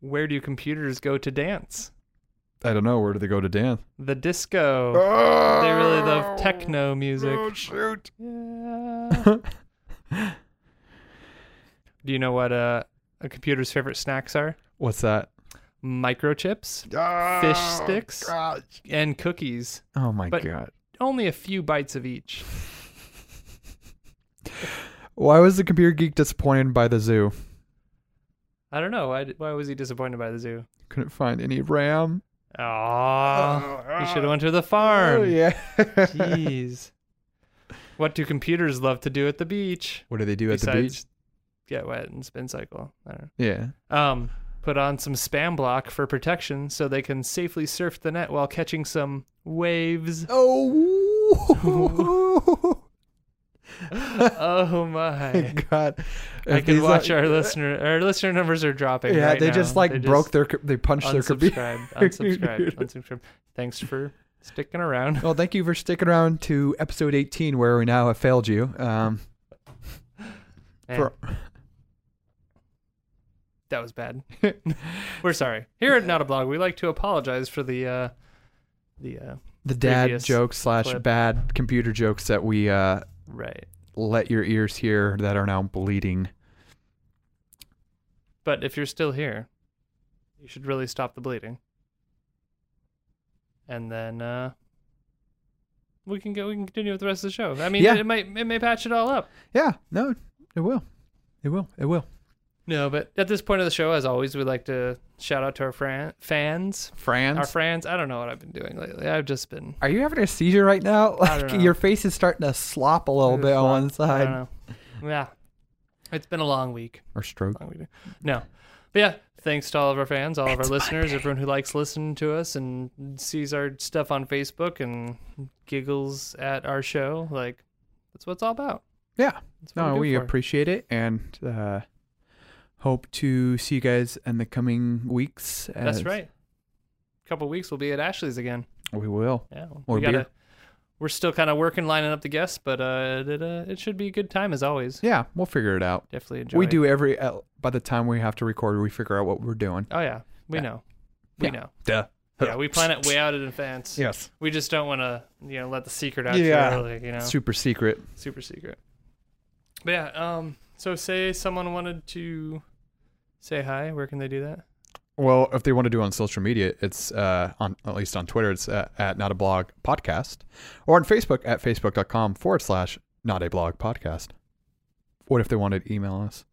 B: where do computers go to dance?
A: I don't know. Where do they go to dance?
B: The disco.
A: Oh!
B: They really love techno music.
A: shoot.
B: Yeah. do you know what uh, a computer's favorite snacks are?
A: What's that?
B: Microchips Fish sticks? and cookies.
A: Oh my
B: But-
A: god.
B: Only a few bites of each.
A: Why was the computer geek disappointed by the zoo?
B: I don't know. Why, d- why was he disappointed by the zoo?
A: Couldn't find any RAM.
B: Aww. Ah, You should have went to the
A: Oh,
B: farm.
A: yeah.
B: Jeez. What do computers love to do at the beach?
A: what do they do at the beach?
B: Besides Get wet and spin cycle. I don't
A: Yeah.
B: know. Um, put on some spam block for protection so they can safely surf the net while catching some waves.
A: Oh.
B: oh my!
A: God,
B: I
A: If
B: can
A: these
B: watch
A: are-
B: our listener. Our listener numbers are dropping.
A: Yeah,
B: right
A: they
B: now.
A: just like
B: They
A: broke
B: just
A: their. co- They punched their computer.
B: unsubscribe, unsubscribe, unsubscribe. Thanks for sticking around.
A: Well, thank you for sticking around to episode 18, where we now have failed you. Um,
B: Man,
A: for-
B: that was bad. We're sorry. Here at Not a Blog, we like to apologize for the uh, the uh,
A: the dad
B: Previous
A: jokes slash
B: clip.
A: bad computer jokes that we uh,
B: right.
A: let your ears hear that are now bleeding.
B: But if you're still here, you should really stop the bleeding. And then uh, we can go. We can continue with the rest of the show. I mean,
A: Yeah.
B: it might it may patch it all up.
A: Yeah, no, it will, it will, it will.
B: No, but at this point of the show, as always, we'd like to shout out to our fran- fans,
A: Franz,
B: our fans. I don't know what I've been doing lately. I've just been
A: are you having a seizure right now?
B: I don't
A: Like
B: know.
A: your face is starting to slop a little bit on one
B: I
A: side,
B: don't know. Yeah, it's been a long week.
A: or stroke.
B: Long week. No, but yeah. Thanks to all of our fans, all of our listeners, everyone who likes listening to us and sees our stuff on Facebook and giggles at our show. Like that's what it's all about.
A: Yeah.
B: That's what
A: No,
B: we're
A: we
B: good for.
A: appreciate it and uh, hope to see you guys in the coming weeks.
B: That's
A: as-
B: right. couple weeks, we'll be at Ashley's again.
A: We will.
B: Yeah,
A: Or
B: we
A: beer.
B: We're still kind of working lining up the guests, but uh, it uh, it should be a good time as always.
A: Yeah, we'll figure it out.
B: Definitely enjoy.
A: We
B: it.
A: do every. Uh, by the time we have to record, we figure out what we're doing.
B: Oh yeah, we
A: Yeah.
B: know. We
A: Yeah.
B: know.
A: Duh.
B: Yeah, we plan it way out in advance.
A: Yes.
B: We just don't want to, you know, let the secret out
A: Yeah.
B: too early. You know,
A: Super secret.
B: super secret. But yeah, um, so say someone wanted to say hi, where can they do that?
A: Well, if they want to do it on social media, it's uh, on at least on Twitter, it's uh, at not a blog podcast, or on Facebook at facebook.com forward slash not a blog podcast. What if they wanted to email us?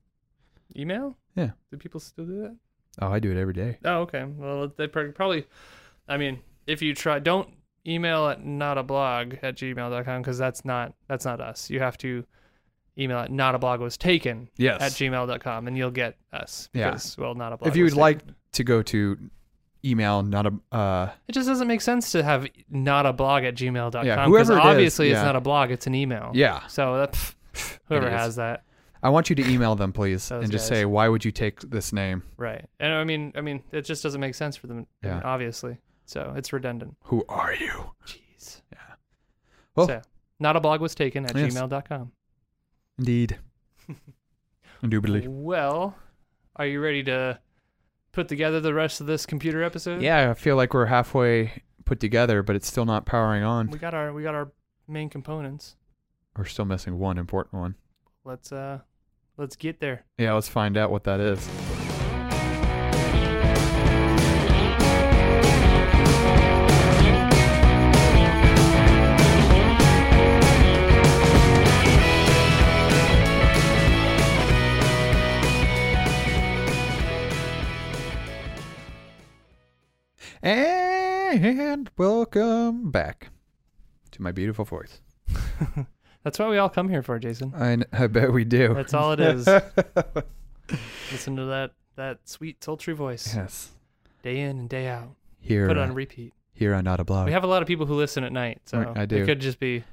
B: Email?
A: Yeah.
B: Do people still do that?
A: Oh, I do it every day.
B: Oh, okay. Well, they prob- probably. I mean, if you try, don't email at notablog at gmail.com because that's not that's not us. You have to email at notablog was taken
A: Yes.
B: at gmail.com and you'll get us.
A: Yeah.
B: Because, well, not a blog.
A: if you would
B: was
A: like
B: taken.
A: to go to email, not a uh,
B: It just doesn't make sense to have not a blog at gmail.com.
A: Yeah,
B: because
A: whoever it is,
B: obviously it's
A: yeah.
B: not a blog, it's an email.
A: yeah.
B: So that's whoever
A: It is.
B: has that.
A: I want you to email them, please,
B: Those
A: and just
B: guys.
A: say why would you take this name?
B: Right. And I mean, I mean, it just doesn't make sense for them,
A: Yeah.
B: obviously. So it's redundant.
A: Who are you?
B: Jeez.
A: Yeah. Well-
B: so, not a blog was taken at
A: Yes.
B: gmail.com.
A: Indeed. Indubitably.
B: Well, are you ready to put together the rest of this computer episode?
A: Yeah, I feel like we're halfway put together, but it's still not powering on.
B: We got our we got our main components.
A: We're still missing one important one.
B: Let's uh let's get there.
A: Yeah, let's find out what that is. And welcome back to my beautiful voice.
B: That's what we all come here for, Jason.
A: I, kn- I bet we do.
B: That's all it is. Listen to that that sweet sultry voice
A: yes.
B: day in and day out.
A: Here,
B: Put it
A: uh,
B: on repeat.
A: here on Not a Blog.
B: We have a lot of people who listen at night, so
A: Oh. I
B: it
A: do.
B: could just be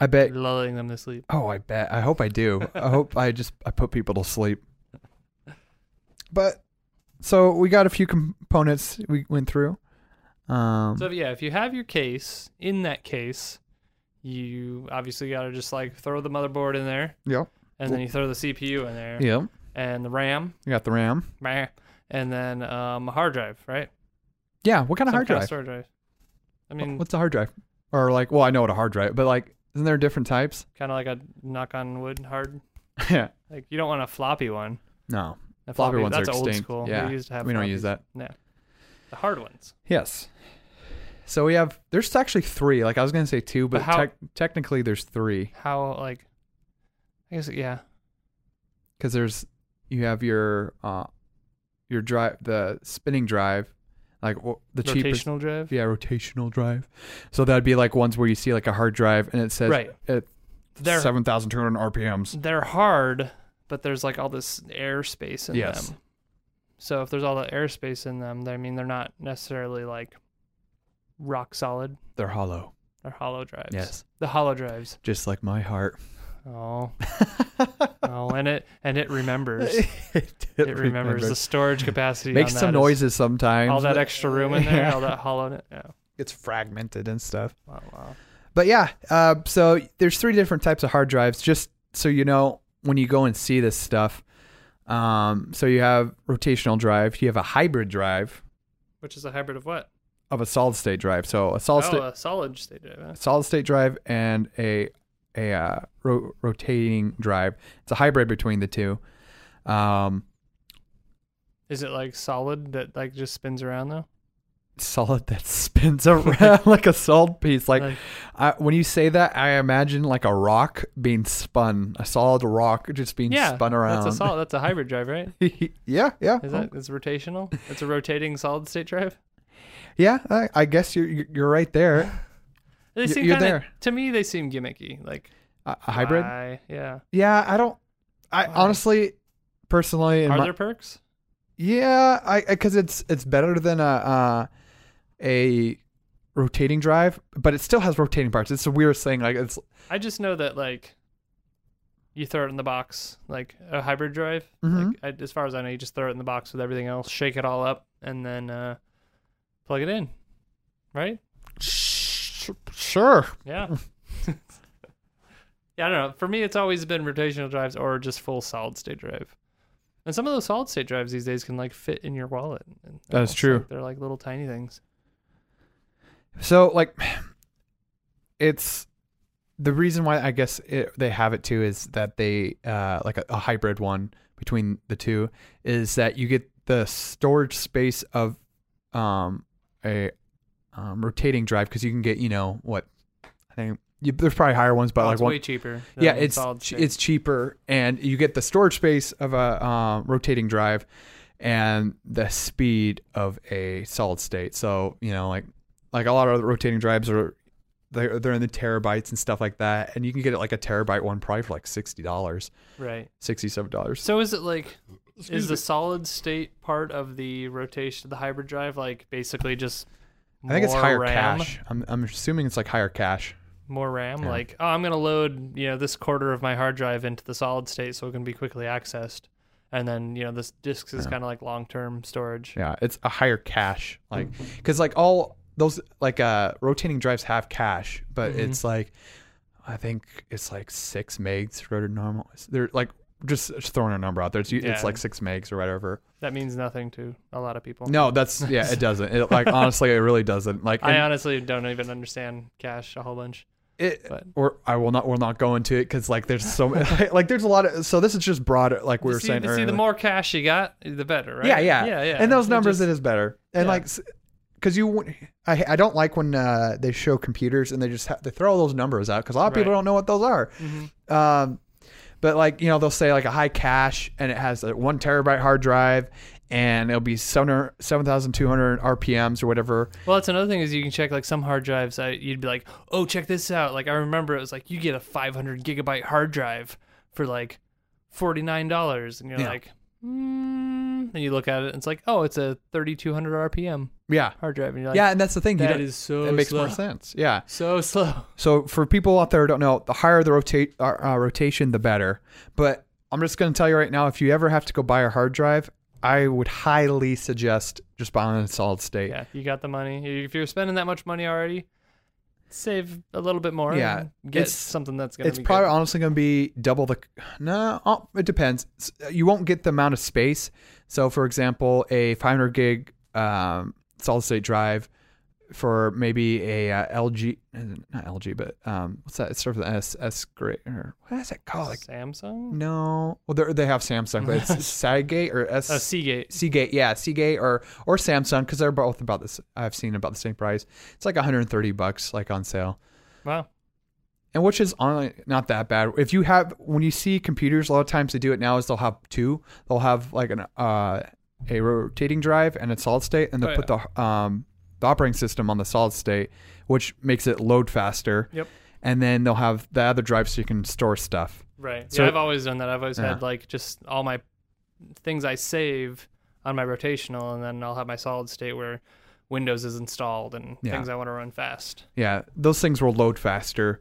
A: I bet
B: lulling them to sleep.
A: Oh, I bet. I hope I do. I hope I just I put people to sleep. But so we got a few components we went through. Um,
B: So yeah, if you have your case, in that case, you obviously got to just like throw the motherboard in there,
A: yeah,
B: and then you throw the CPU in there,
A: yeah.
B: and the RAM,
A: We got the RAM.
B: meh, and then um, a hard drive, right?
A: Yeah, what kind of
B: Some
A: hard
B: kind
A: drive?
B: storage drive. I mean,
A: What's a hard drive? Or like, well, I know what a hard drive, but like, isn't there different types?
B: kind of like a knock on wood hard.
A: yeah.
B: Like you don't want a floppy one.
A: No,
B: A
A: floppy ones
B: that's
A: are
B: old
A: extinct.
B: school.
A: Yeah,
B: we used to have.
A: we don't use
B: floppies.
A: that.
B: The hard ones.
A: Yes. So we have. There's actually three. Like I was gonna say two, but,
B: But how-
A: tec- technically there's three
B: How like? I guess yeah.
A: because there's you have your uh your drive the spinning drive, like wh- the cheapest
B: rotational drive.
A: Yeah, rotational drive. So that'd be like ones where you see like a hard drive and it says
B: Right.
A: at
B: They're
A: 7,200 RPMs.
B: they're hard, but there's like all this airspace in
A: Yes.
B: them. So if there's all that airspace in them, then, I mean they're not necessarily like rock solid.
A: They're hollow.
B: They're hollow drives.
A: Yes.
B: The hollow drives.
A: Just like my heart.
B: Oh. oh, and it and it remembers.
A: it,
B: It remembers the storage capacity.
A: Makes
B: on
A: some
B: that is-
A: noises sometimes.
B: All that
A: but
B: extra room in there,
A: Yeah.
B: all that hollow. Yeah.
A: it's fragmented and stuff.
B: Wow. wow.
A: But yeah, uh, so there's three different types of hard drives. Just so you know, when you go and see this stuff, um, so you have rotational drive, you have a hybrid drive
B: Which is a hybrid of what?
A: of a solid state drive. So a solid
B: oh,
A: state,
B: a solid state drive. huh?
A: solid state drive and a a uh, ro- rotating drive. It's a hybrid between the two. Um,
B: Is it like solid that like just spins around though?
A: solid that spins around like a salt piece. Like
B: Like-
A: I, when you say that, I imagine like a rock being spun, a solid rock just being
B: Yeah.
A: spun around.
B: That's a solid. That's a hybrid drive, right?
A: yeah, yeah.
B: Is that it's rotational? It's a rotating solid state drive.
A: Yeah, I, I guess you're you're you're right there.
B: They
A: Y-
B: seem
A: you're
B: kinda,
A: there.
B: To me, they seem gimmicky. Like
A: A, a hybrid?
B: why? Yeah.
A: Yeah, I don't. I
B: Why?
A: honestly, personally, in
B: Are
A: my-
B: there perks?
A: yeah, I because it's it's better than a uh, a rotating drive, but it still has rotating parts. It's the weirdest thing. Like it's
B: I just know that like you throw it in the box, like a hybrid drive.
A: Mhm.
B: Like I, as far as I know, you just throw it in the box with everything else, shake it all up, and then uh, plug it in. Right?
A: sh- sure.
B: Yeah. yeah, I don't know. For me, it's always been rotational drives or just full solid state drive. And some of those solid state drives these days can like fit in your wallet. And
A: That is
B: it's
A: true.
B: like- they're like little tiny things.
A: So like, it's the reason why I guess it, they have it too is that they uh, like a, a hybrid one between the two is that you get the storage space of um, a um, rotating drive because you can get you know what I think you, there's probably higher ones but
B: Oh,
A: like
B: it's
A: one
B: way cheaper.
A: yeah
B: than
A: it's
B: solid
A: ch-
B: state.
A: it's cheaper and you get the storage space of a um, rotating drive and the speed of a solid state so you know like like a lot of the rotating drives are they're, they're in the terabytes and stuff like that and you can get it like a terabyte one probably for like $60
B: right.
A: $67
B: So is it like
A: Excuse
B: is the solid state part of the rotation the hybrid drive like basically just
A: i think it's
B: more
A: higher
B: RAM,
A: cache I'm, I'm assuming it's like higher cache
B: more RAM
A: Yeah.
B: like oh I'm going to load you know this quarter of my hard drive into the solid state so it can be quickly accessed and then you know this disk is
A: Yeah.
B: kind of like long-term storage
A: yeah it's a higher cache like
B: Mm-hmm.
A: because like all those like uh rotating drives have cache but
B: Mhm.
A: it's like i think it's like six megs for normal they're like just, just throwing a number out there it's,
B: Yeah.
A: it's like six megs or whatever
B: that means nothing to a lot of people
A: no that's yeah it doesn't it like honestly it really doesn't like
B: I
A: and
B: honestly don't even understand cache a whole bunch
A: it
B: but-
A: or i will not we'll not go into it because like there's so many like there's a lot of so this is just broad like we were
B: see,
A: saying
B: see,
A: earlier
B: the more cache you got the better right
A: Yeah, yeah,
B: yeah yeah
A: And those
B: It
A: numbers,
B: just-
A: it is better. And
B: Yeah.
A: like 'cause like, because you, wouldn't- I, I don't like when uh, they show computers and they just ha- they throw all those numbers out because a lot of people
B: Right.
A: don't know what those are.
B: Mhm.
A: Um, but like you know, they'll say like a high cache and it has a one terabyte hard drive and it'll be seven seven thousand two hundred RPMs or whatever.
B: Well, that's another thing is you can check like some hard drives. I, you'd be like, oh, check this out. Like I remember it was like you get a 500 gigabyte hard drive for like forty nine dollars, and you're
A: Yeah.
B: like, mm, and you look at it, and it's like, oh, it's a 3200 RPM
A: Yeah,
B: hard drive, and you're like,
A: yeah, and that's the thing. you
B: that
A: don't-
B: is so
A: it makes
B: slow,
A: more sense. Yeah.
B: so slow.
A: So for people out there who don't know, the higher the rotate uh, uh, rotation, the better. But I'm just going to tell you right now, if you ever have to go buy a hard drive, I would highly suggest just buying a solid state.
B: Yeah, you got the money. If you're spending that much money already, save a little bit more.
A: Yeah,
B: and get
A: it's-
B: something that's gonna.
A: It's
B: be
A: probably
B: good.
A: honestly going to be double the. No, oh, it depends. S- You won't get the amount of space. So, for example, a 500 gig um, solid state drive for maybe a uh, LG, not LG, but um, what's that? It starts with an S, S grade, or what is it called? Like
B: Samsung.
A: No, well, they're- they have Samsung, but it's Seagate or S
B: Oh, Seagate.
A: Seagate, yeah, Seagate or or Samsung because they're both about this. I've seen about the same price. It's like 130 bucks, like on sale,
B: Wow.
A: and which is on not that bad. If you have when you see computers, a lot of times they do it now is they'll have two. They'll have like an uh, a rotating drive and a solid state, and they'll
B: Oh,
A: put the um the operating system on the solid state, which makes it load faster.
B: Yep.
A: And then they'll have the other drive so you can store stuff.
B: Right.
A: So-
B: yeah, I've always done that. I've always
A: Yeah.
B: had like just all my things I save on my rotational, and then I'll have my solid state where Windows is installed and
A: Yeah.
B: things I want to run fast.
A: Yeah, those things will load faster.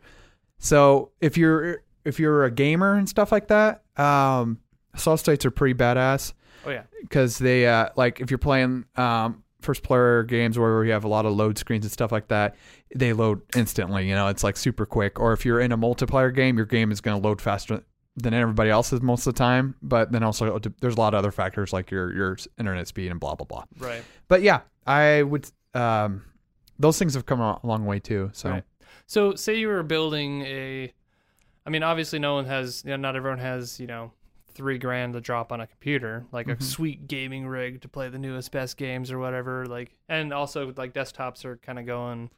A: So if you're if you're a gamer and stuff like that, um, solid states are pretty badass
B: Oh yeah,
A: because they uh, like if you're playing um, first player games where you have a lot of load screens and stuff like that, they load instantly. You know, it's like super quick. Or if you're in a multiplayer game, your game is going to load faster than everybody else's most of the time. But then also there's a lot of other factors like your your internet speed and blah blah blah.
B: right.
A: But yeah, I would. Um, those things have come a long way too. So.
B: Right. So say you were building a, I mean obviously no one has, you know, not everyone has you know three grand to drop on a computer like
A: Mm-hmm.
B: a sweet gaming rig to play the newest best games or whatever like and also like desktops are kind of going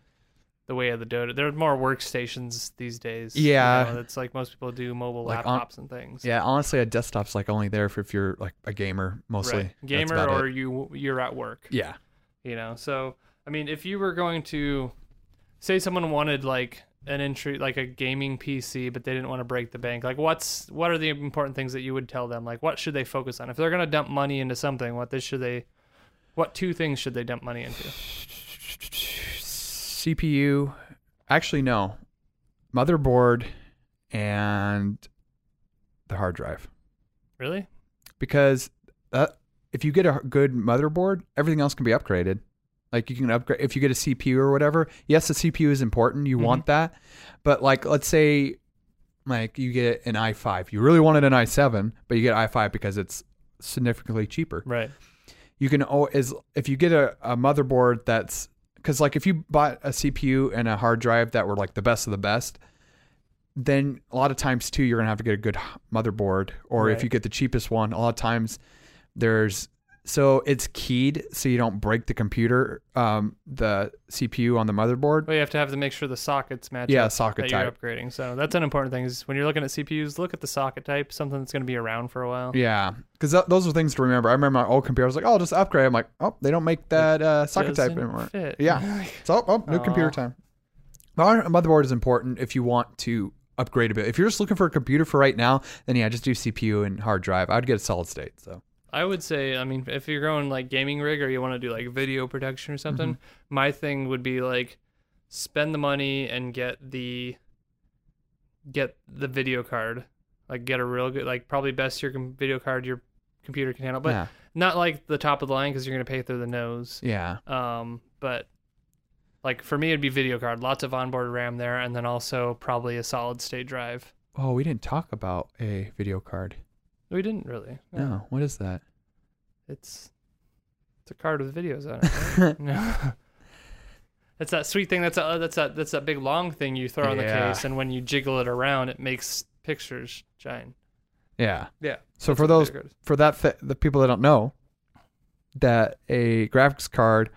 B: the way of the dodo there are more workstations these days you
A: Yeah.
B: know, it's like most people do mobile
A: Like on-
B: laptops and things
A: Yeah, honestly, a desktop's like only there if, if you're like a gamer mostly.
B: right
A: That's
B: gamer
A: about
B: or
A: it.
B: you you're at work
A: yeah,
B: you know so i mean if you were going to say someone wanted like an entry like a gaming pc but they didn't want to break the bank like what's what are the important things that you would tell them like what should they focus on if they're going to dump money into something what this should they what two things should they dump money into
A: CPU. Actually, no, motherboard and the hard drive
B: really
A: because that, if you get a good motherboard, everything else can be upgraded. Like you can upgrade if you get a CPU or whatever. Yes, the CPU is important. You want that, but like let's say, like you get an i5. You really wanted an i7, but you get i5 because it's significantly cheaper.
B: right
A: you can al- is if you get a, a motherboard that's because like if you bought a CPU and a hard drive that were like the best of the best, then a lot of times too you're gonna have to get a good h- motherboard. Or if
B: Right.
A: you get the cheapest one, a lot of times there's so it's keyed so you don't break the computer, um, the CPU on the motherboard.
B: but you have to have to make sure the sockets match
A: Yeah,
B: up
A: socket
B: that
A: type.
B: you're upgrading so that's an important thing is when you're looking at cpus look at the socket type something that's going to be around for a while
A: Yeah, because th- those are things to remember. I remember my old computer. I was like, "Oh, I'll just upgrade." I'm like, "Oh, they don't make that uh, socket type
B: Doesn't
A: anymore."
B: fit.
A: Yeah. So, oh, new computer
B: Aw.
A: time. But a motherboard is important if you want to upgrade a bit. If you're just looking for a computer for right now, then yeah, just do CPU and hard drive. I'd get a solid state. So
B: I would say, I mean, if you're going like gaming rig or you want to do like video production or something,
A: Mm-hmm.
B: my thing would be like spend the money and get the get the video card, like get a real good, like probably best your com- video card your computer can handle, but
A: yeah,
B: not like the top of the line because you're gonna pay through the nose.
A: yeah,
B: Um, but like for me, it'd be video card, lots of onboard RAM there, and then also probably a solid state drive.
A: oh, we didn't talk about a video card.
B: We didn't really.
A: No, what is that?
B: It's it's a card with videos on it. right? No. That's that sweet thing. That's a, uh, that's that that's that big long thing you throw on
A: Yeah.
B: the case, and when you jiggle it around, it makes pictures shine.
A: Yeah.
B: Yeah.
A: So for those
B: There it is.
A: for that fa- the people that don't know that a graphics card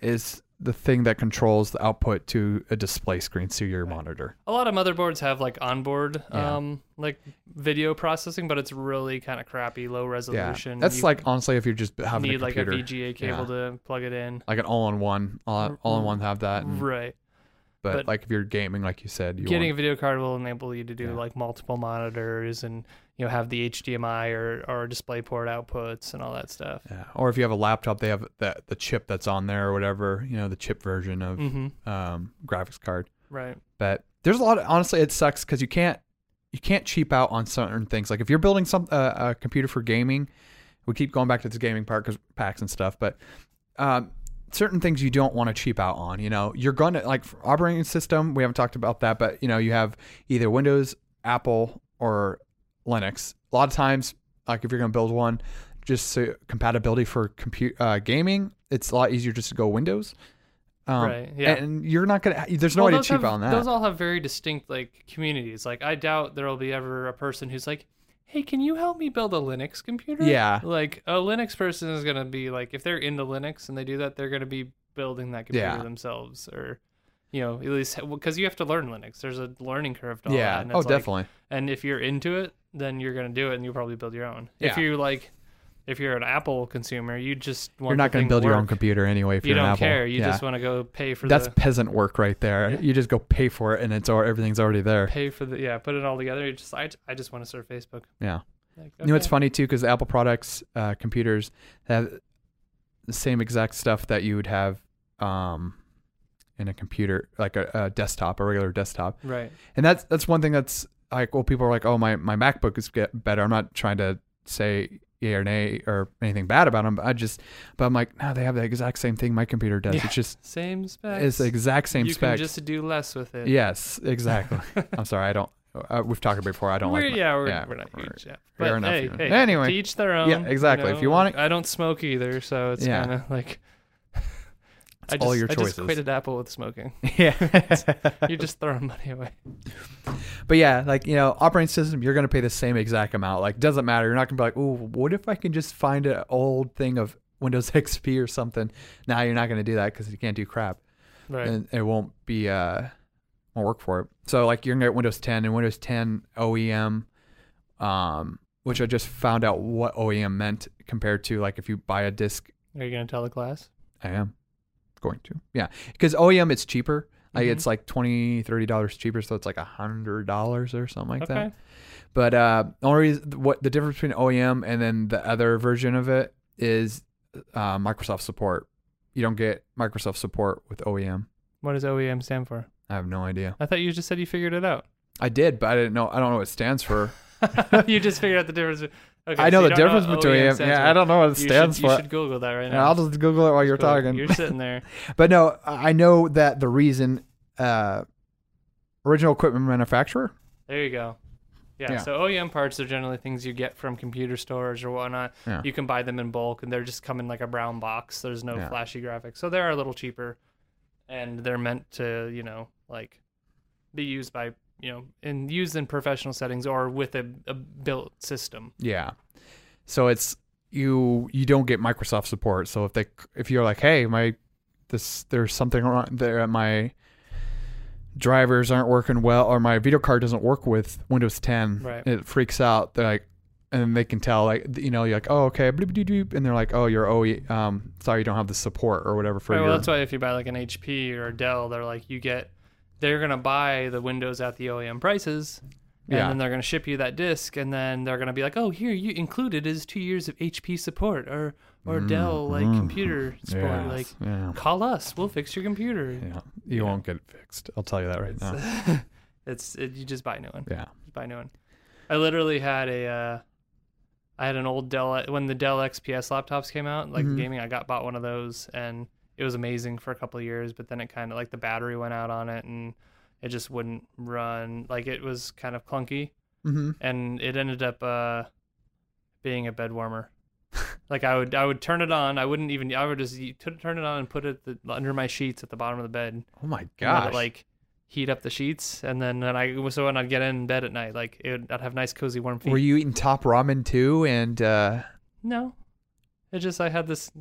A: is the thing that controls the output to a display screen to your monitor.
B: a lot of motherboards have like onboard
A: Yeah.
B: um like video processing, but it's really kind of crappy, low resolution.
A: Yeah, that's
B: You
A: like honestly, if you're just having
B: need
A: a
B: like a
A: computer,
B: VGA cable to plug it in.
A: like an all-in-one, all, all-in-one have that. and-
B: Right.
A: but,
B: but-
A: like if you're gaming, like you said, you
B: Getting a
A: want,
B: video card will enable you to do
A: Yeah.
B: like multiple monitors and you know have the HDMI or or DisplayPort outputs and all that stuff.
A: yeah. or if you have a laptop, they have that the chip that's on there or whatever, you know, the chip version of
B: Mm-hmm.
A: um, graphics card.
B: Right.
A: But there's a lot. Of, honestly, it sucks because you can't you can't cheap out on certain things. Like if you're building some uh, a computer for gaming, we keep going back to this gaming part 'cause packs and stuff, but. Um, certain things you don't want to cheap out on you know you're gonna like for operating system we haven't talked about that but you know you have either windows apple or linux a lot of times like if you're gonna build one just so compatibility for compute uh, gaming it's a lot easier just to go windows um,
B: Right, yeah.
A: and you're not gonna there's no way
B: Well,
A: to
B: those
A: cheap
B: have-
A: out on that
B: Those all have very distinct like communities. Like I doubt there'll be ever a person who's like, "Hey, can you help me build a Linux computer?"
A: Yeah.
B: Like a Linux person is gonna be like, if they're into Linux and they do that, they're gonna be building that computer
A: Yeah.
B: themselves, or you know, at least because you have to learn Linux. There's a learning curve to all
A: yeah
B: that. and
A: oh
B: it's like-
A: definitely
B: And if you're into it, then you're gonna do it, and you'll probably build your own. If
A: Yeah.
B: you like, if you're an Apple consumer, you just want
A: you're not
B: going
A: gonna
B: to
A: build
B: work.
A: your own computer anyway if
B: You
A: are
B: don't
A: an apple
B: care. You
A: yeah.
B: just want to go pay for
A: that's
B: the
A: peasant work right there you just go pay for it and it's all everything's already there
B: pay for the yeah put it all together you just i, I just want to serve facebook
A: yeah
B: like,
A: You know, it's
B: okay.
A: funny too because Apple products, uh, computers have the same exact stuff that you would have um, in a computer, like a, a desktop, a regular desktop.
B: Right.
A: And that's that's one thing that's like, well, people are like, oh, my my MacBook is get better. I'm not trying to say yay or nay or anything bad about them. But I just, but I'm like, no, they have the exact same thing my computer does.
B: Yeah.
A: It's just
B: Same specs.
A: it's the exact same
B: you
A: spec.
B: can just do less with it.
A: yes, exactly. I'm sorry, I don't. Uh, we've talked about it before. I don't
B: we're,
A: like. my-
B: yeah, we're,
A: yeah,
B: we're not
A: we're-
B: huge. Yeah.
A: fair
B: But
A: enough,
B: Hey,
A: yeah.
B: hey,
A: Anyway.
B: To each their own.
A: Yeah, exactly. If you want it-
B: I don't smoke either, so it's
A: Yeah.
B: kind of like. I
A: It's all your
B: I
A: choices.
B: just quitted Apple with smoking.
A: yeah.
B: You're just throwing money away.
A: But yeah, like you know, operating system, you're gonna pay the same exact amount. Like, doesn't matter. You're not gonna be like, oh, what if I can just find an old thing of Windows XP or something? Now you're not gonna do that because you can't do crap,
B: Right.
A: and it won't be uh, won't work for it. So like, you're gonna get Windows 10 and Windows 10 OEM, um, which I just found out what OEM meant compared to like if you buy a disc.
B: Are you gonna tell the class?
A: I am going to, yeah, because OEM it's cheaper. Like
B: Mhm.
A: it's like 20 dollars cheaper, so it's like a hundred dollars or something like that.
B: okay.
A: But uh, the only reason, what the difference between OEM and then the other version of it is uh, Microsoft support. You don't get Microsoft support with OEM.
B: What does OEM stand for?
A: I have no idea.
B: I thought you just said you figured it out.
A: I did, but I didn't know. I don't know what it stands for.
B: you just figured out the difference. be- Okay,
A: I
B: so
A: know
B: you
A: the
B: don't
A: difference
B: what
A: between
B: OEM
A: them.
B: stands
A: Yeah, I
B: for.
A: don't know what it
B: You
A: stands
B: should,
A: for.
B: You should Google that right
A: And
B: now.
A: I'll just Google it while you're
B: Just go-
A: talking.
B: You're sitting there.
A: but no, I I know that the reason uh, original equipment manufacturer.
B: There you go. Yeah,
A: Yeah.
B: So OEM parts are generally things you get from computer stores or whatnot.
A: Yeah.
B: You can buy them in bulk, and they're just come in like a brown box. There's no
A: Yeah.
B: flashy graphics, so they are a little cheaper, and they're meant to, you know, like be used by, you know, and used in professional settings or with a, a built system.
A: Yeah. So it's you you don't get Microsoft support. So if they if you're like, hey, my this there's something wrong there my drivers aren't working well or my video card doesn't work with Windows 10,
B: Right.
A: it freaks out. They're like and then they can tell like you know you're like oh okay bloop, doop, doop, and they're like oh you're OE um sorry you don't have the support or whatever for
B: Right,
A: your
B: well, that's why if you buy like an HP or a Dell, they're like you get they're gonna buy the Windows at the OEM prices, and
A: Yeah.
B: then they're gonna ship you that disc, and then they're gonna be like, oh, here you included is two years of HP support or or Dell like computer support.
A: yeah,
B: Like,
A: yeah,
B: call us, we'll fix your computer.
A: yeah. you won't get it fixed I'll tell you that right now
B: It's it, you just buy a new one.
A: yeah
B: Just buy a new one. I literally had a. Uh, I had an old Dell when the Dell XPS laptops came out, like
A: Mhm.
B: the gaming. I got bought one of those, and it was amazing for a couple of years. But then it kind of like the battery went out on it, and it just wouldn't run. Like it was kind of clunky,
A: mm-hmm.
B: and it ended up uh, being a bed warmer. like I would, I would turn it on. I wouldn't even. I would just y- t- turn it on and put it the, under my sheets at the bottom of the bed,
A: oh my
B: and let
A: gosh
B: it, like heat up the sheets, and then then I so when I'd get in bed at night, like it, would- I'd have nice cozy warm feet.
A: were you eating top ramen too and uh
B: No, it just I had this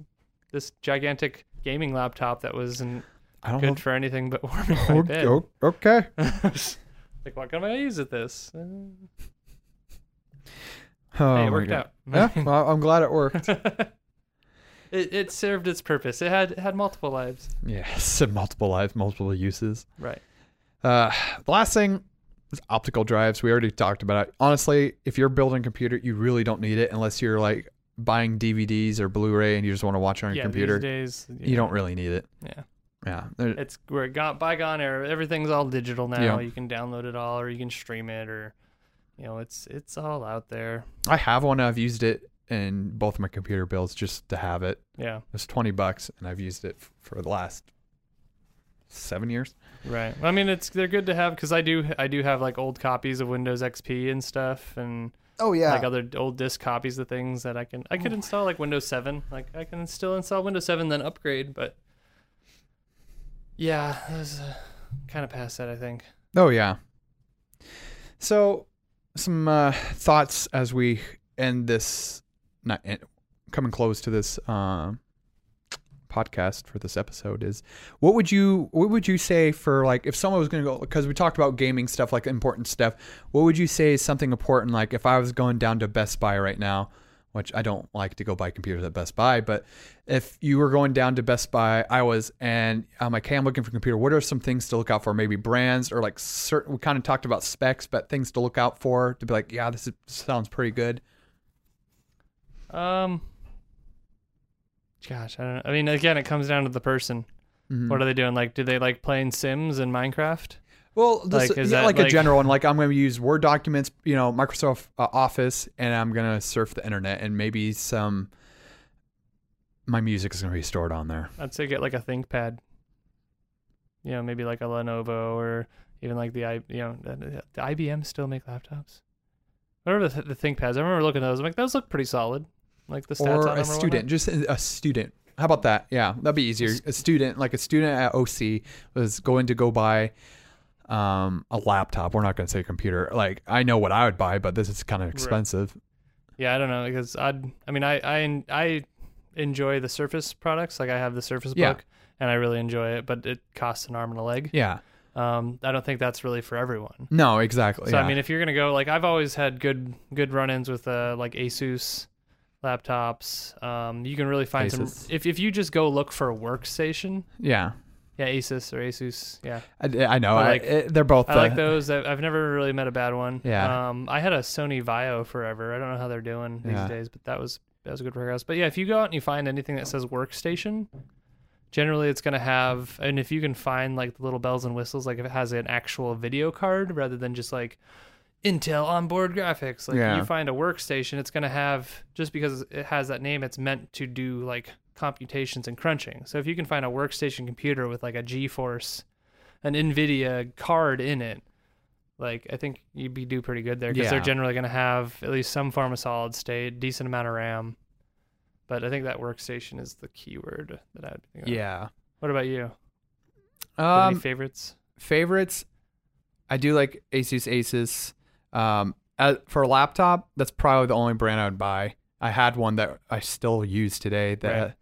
B: this gigantic gaming laptop that wasn't
A: I don't know
B: good for anything but warming my
A: Okay.
B: bed.
A: o- okay.
B: like what can I use at this? Uh,
A: Oh,
B: hey,
A: my
B: it worked
A: God.
B: out.
A: Yeah, well, I'm glad it worked.
B: it it served its purpose. It had it had multiple lives.
A: yes, multiple lives, multiple uses.
B: Right.
A: Uh, the last thing is optical drives. We already talked about it. Honestly, if you're building a computer, you really don't need it unless you're like buying DVDs or Blu-ray and you just want to watch it on your
B: yeah.
A: computer.
B: These days
A: You don't really need it.
B: Yeah.
A: Yeah. There-
B: It's we're got bygone era. Everything's all digital now.
A: Yeah.
B: You can download it all, or you can stream it, or you know, it's it's all out there.
A: I have one. I've used it in both of my computer bills just to have it.
B: Yeah.
A: It was 20 bucks and I've used it f- for the last 7 years.
B: Right. Well, I mean, it's they're good to have because I do I do have like old copies of Windows XP and stuff, and
A: Oh yeah.
B: like other old disk copies of things that I can I could install like Windows Seven. Like I can still install Windows Seven then upgrade, but yeah, it was uh, kind of past that I think.
A: Oh yeah. So, some uh, thoughts as we end this, not end, coming close to this um, podcast for this episode is, what would you what would you say for like if someone was going to go because we talked about gaming stuff like important stuff, what would you say is something important like if I was going down to Best Buy right now, which I don't like to go buy computers at Best Buy, but if you were going down to Best Buy, I was, and I'm like, hey, I'm looking for a computer. What are some things to look out for? Maybe brands or like certain, we kind of talked about specs, but things to look out for to be like, yeah, this is, sounds pretty good.
B: Um, gosh, I don't. know. I mean, again, it comes down to the person.
A: Mhm.
B: What are they doing? Like, do they like playing Sims and Minecraft?
A: Well, this,
B: Like, is
A: yeah,
B: that,
A: like, a
B: like-
A: general one. Like I'm going to use Word documents, you know, Microsoft uh, Office, and I'm going to surf the internet, and maybe some. My music is going to be stored on there.
B: I'd say get like a ThinkPad. You know, maybe like a Lenovo or even like the I. You know, the, the the IBM still make laptops. Whatever the, the ThinkPads, I remember looking at those. I'm like, those look pretty solid. Like the stats on
A: or
B: them
A: a
B: whatnot.
A: student, just a a student. How about that? Yeah, that'd be easier. A student, like a student at OC, was going to go buy um, a laptop. We're not going to say computer. Like I know what I would buy, but this is kind of expensive.
B: Yeah, I don't know because I'd. I mean, I I I enjoy the Surface products. Like I have the Surface
A: Yeah.
B: Book, and I really enjoy it, but it costs an arm and a leg.
A: Yeah.
B: Um, I don't think that's really for everyone.
A: No, exactly.
B: So
A: yeah.
B: I mean, if you're gonna go, like I've always had good good run-ins with uh, like ASUS laptops. Um, you can really find
A: Asus.
B: some if if you just go look for a workstation.
A: yeah.
B: Yeah, Asus or Asus. Yeah,
A: I, I know.
B: I
A: I
B: like-
A: it- they're both.
B: I like
A: uh,
B: those. I- I've never really met a bad one.
A: Yeah.
B: Um, I had a Sony Vio forever. I don't know how they're doing these
A: Yeah.
B: days, but that was that was a good progress. But yeah, if you go out and you find anything that says workstation, generally it's gonna have. And if you can find like the little bells and whistles, like if it has an actual video card rather than just like Intel onboard graphics, like
A: Yeah.
B: you find a workstation, it's gonna have just because it has that name, it's meant to do like computations and crunching. So if you can find a workstation computer with like a GeForce an Nvidia card in it, like I think you'd be do pretty good there because
A: Yeah.
B: they're generally going to have at least some form of solid state, decent amount of RAM. But I think that workstation is the keyword that I'd. Be thinking of.
A: Yeah.
B: What about you? Do you have
A: Um,
B: any favorites?
A: favorites, I do like Asus Asus. Um, as, for a laptop, that's probably the only brand I would buy. I had one that I still use today that,
B: Right.